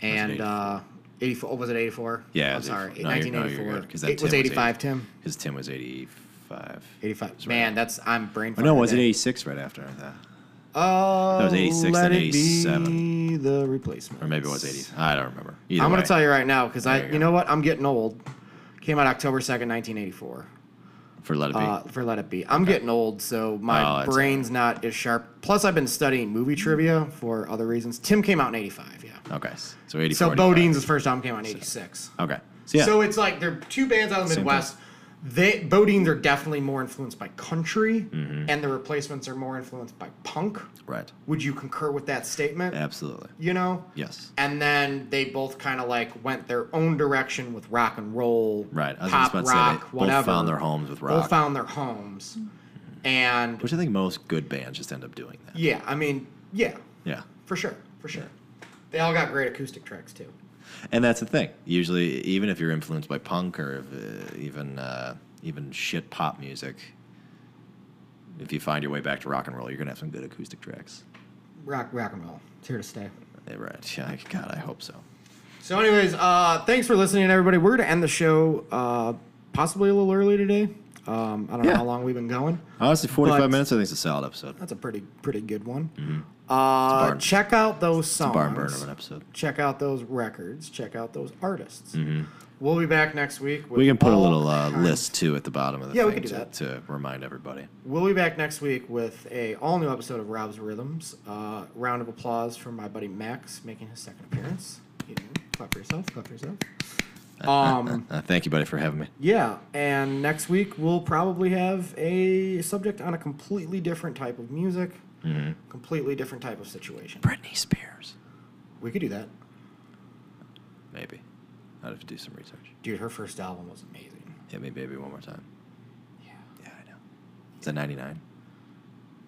[SPEAKER 3] and
[SPEAKER 2] 84.
[SPEAKER 3] uh 84 oh, was it 84
[SPEAKER 2] yeah,
[SPEAKER 3] i'm sorry
[SPEAKER 2] Because
[SPEAKER 3] 1984
[SPEAKER 2] no,
[SPEAKER 3] it was 85 tim
[SPEAKER 2] Because Tim was eighty-five.
[SPEAKER 3] 85 man that's i'm brain
[SPEAKER 2] Oh,
[SPEAKER 3] farting
[SPEAKER 2] no, was it
[SPEAKER 3] today.
[SPEAKER 2] eighty-six right after that,
[SPEAKER 3] oh
[SPEAKER 2] That was 86,
[SPEAKER 3] let
[SPEAKER 2] then
[SPEAKER 3] it be
[SPEAKER 2] 87.
[SPEAKER 3] the replacement
[SPEAKER 2] or maybe it was eighty? I don't remember. Either
[SPEAKER 3] i'm
[SPEAKER 2] way.
[SPEAKER 3] gonna tell you right now because i
[SPEAKER 2] There you
[SPEAKER 3] you,
[SPEAKER 2] go.
[SPEAKER 3] know what i'm getting old came out october 2nd 1984
[SPEAKER 2] for Let It Be.
[SPEAKER 3] uh, for Let It Be. I'm getting old, so
[SPEAKER 2] Oh,
[SPEAKER 3] my
[SPEAKER 2] that's all
[SPEAKER 3] brain's not as sharp. Plus, I've been studying movie trivia for other reasons. Tim came out in '85, yeah.
[SPEAKER 2] okay, so eighty-four.
[SPEAKER 3] So Bo Dean's first album came out in '86.
[SPEAKER 2] Okay, so yeah,
[SPEAKER 3] So it's like they're two bands out of the
[SPEAKER 2] Same
[SPEAKER 3] Midwest. they Bodines are definitely more influenced by country,
[SPEAKER 2] Mm-hmm.
[SPEAKER 3] and the replacements are more influenced by punk.
[SPEAKER 2] Right.
[SPEAKER 3] Would you concur with that statement?
[SPEAKER 2] Absolutely.
[SPEAKER 3] You know.
[SPEAKER 2] Yes.
[SPEAKER 3] And then they both kind of like went their own direction with rock and roll,
[SPEAKER 2] Right. I was just
[SPEAKER 3] Pop
[SPEAKER 2] about to say
[SPEAKER 3] rock,
[SPEAKER 2] they both
[SPEAKER 3] whatever.
[SPEAKER 2] found their homes with rock.
[SPEAKER 3] Both found their homes, and
[SPEAKER 2] Which I think most good bands just end up doing that.
[SPEAKER 3] yeah, I mean, yeah,
[SPEAKER 2] Yeah.
[SPEAKER 3] for sure, for sure. They all got great acoustic tracks too.
[SPEAKER 2] And that's the thing. Usually, even if you're influenced by punk or if, uh, even uh, even shit pop music, if you find your way back to rock and roll, you're gonna have some good acoustic tracks.
[SPEAKER 3] Rock, rock and roll. It's here to stay.
[SPEAKER 2] Yeah, Right? Yeah. God, I hope so.
[SPEAKER 3] So, anyways, uh, thanks for listening, everybody. We're gonna end the show uh, possibly a little early today. Um, I don't
[SPEAKER 2] Yeah.
[SPEAKER 3] know how long we've been going.
[SPEAKER 2] Honestly, 45
[SPEAKER 3] But-
[SPEAKER 2] minutes. I think it's a solid episode.
[SPEAKER 3] That's a pretty pretty good one.
[SPEAKER 2] Mm-hmm. It's a
[SPEAKER 3] Uh,
[SPEAKER 2] barn-
[SPEAKER 3] check out those songs.
[SPEAKER 2] Barn burner of an episode.
[SPEAKER 3] Check out those records. Check out those artists. We'll be back next week. With
[SPEAKER 2] Mm-hmm. We can put a
[SPEAKER 3] all
[SPEAKER 2] little uh,
[SPEAKER 3] kinds-
[SPEAKER 2] list too at the bottom of the
[SPEAKER 3] Yeah, we
[SPEAKER 2] thing
[SPEAKER 3] could do
[SPEAKER 2] to,
[SPEAKER 3] that.
[SPEAKER 2] to remind everybody.
[SPEAKER 3] We'll be back next week with a all new episode of Rob's Rhythms. Uh, round of applause for my buddy Max making his second appearance. You know, clap for yourself. Clap for yourself. Um.
[SPEAKER 2] Uh, thank you, buddy, for having me.
[SPEAKER 3] Yeah, and next week we'll probably have a subject on a completely different type of music, Mm-hmm. completely different type of situation.
[SPEAKER 2] Britney Spears.
[SPEAKER 3] We could do that.
[SPEAKER 2] Maybe. I'd have to do some research.
[SPEAKER 3] Dude, her first album was amazing.
[SPEAKER 2] Hit me, baby, one more time.
[SPEAKER 3] Yeah.
[SPEAKER 2] Yeah, I know. Is that 99?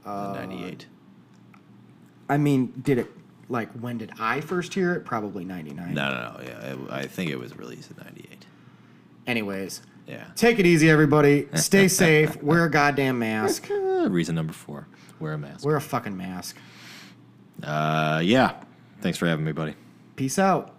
[SPEAKER 3] Uh,
[SPEAKER 2] 98.
[SPEAKER 3] I mean, did it like when did I first hear it? Probably '99.
[SPEAKER 2] No, no, no. Yeah, it, I think it was released in 98.
[SPEAKER 3] Anyways,
[SPEAKER 2] Yeah.
[SPEAKER 3] take it easy, everybody. Stay safe. Wear a goddamn mask.
[SPEAKER 2] Uh, reason number four wear a mask.
[SPEAKER 3] Wear a fucking mask.
[SPEAKER 2] Uh, yeah. Thanks for having me, buddy.
[SPEAKER 3] Peace out.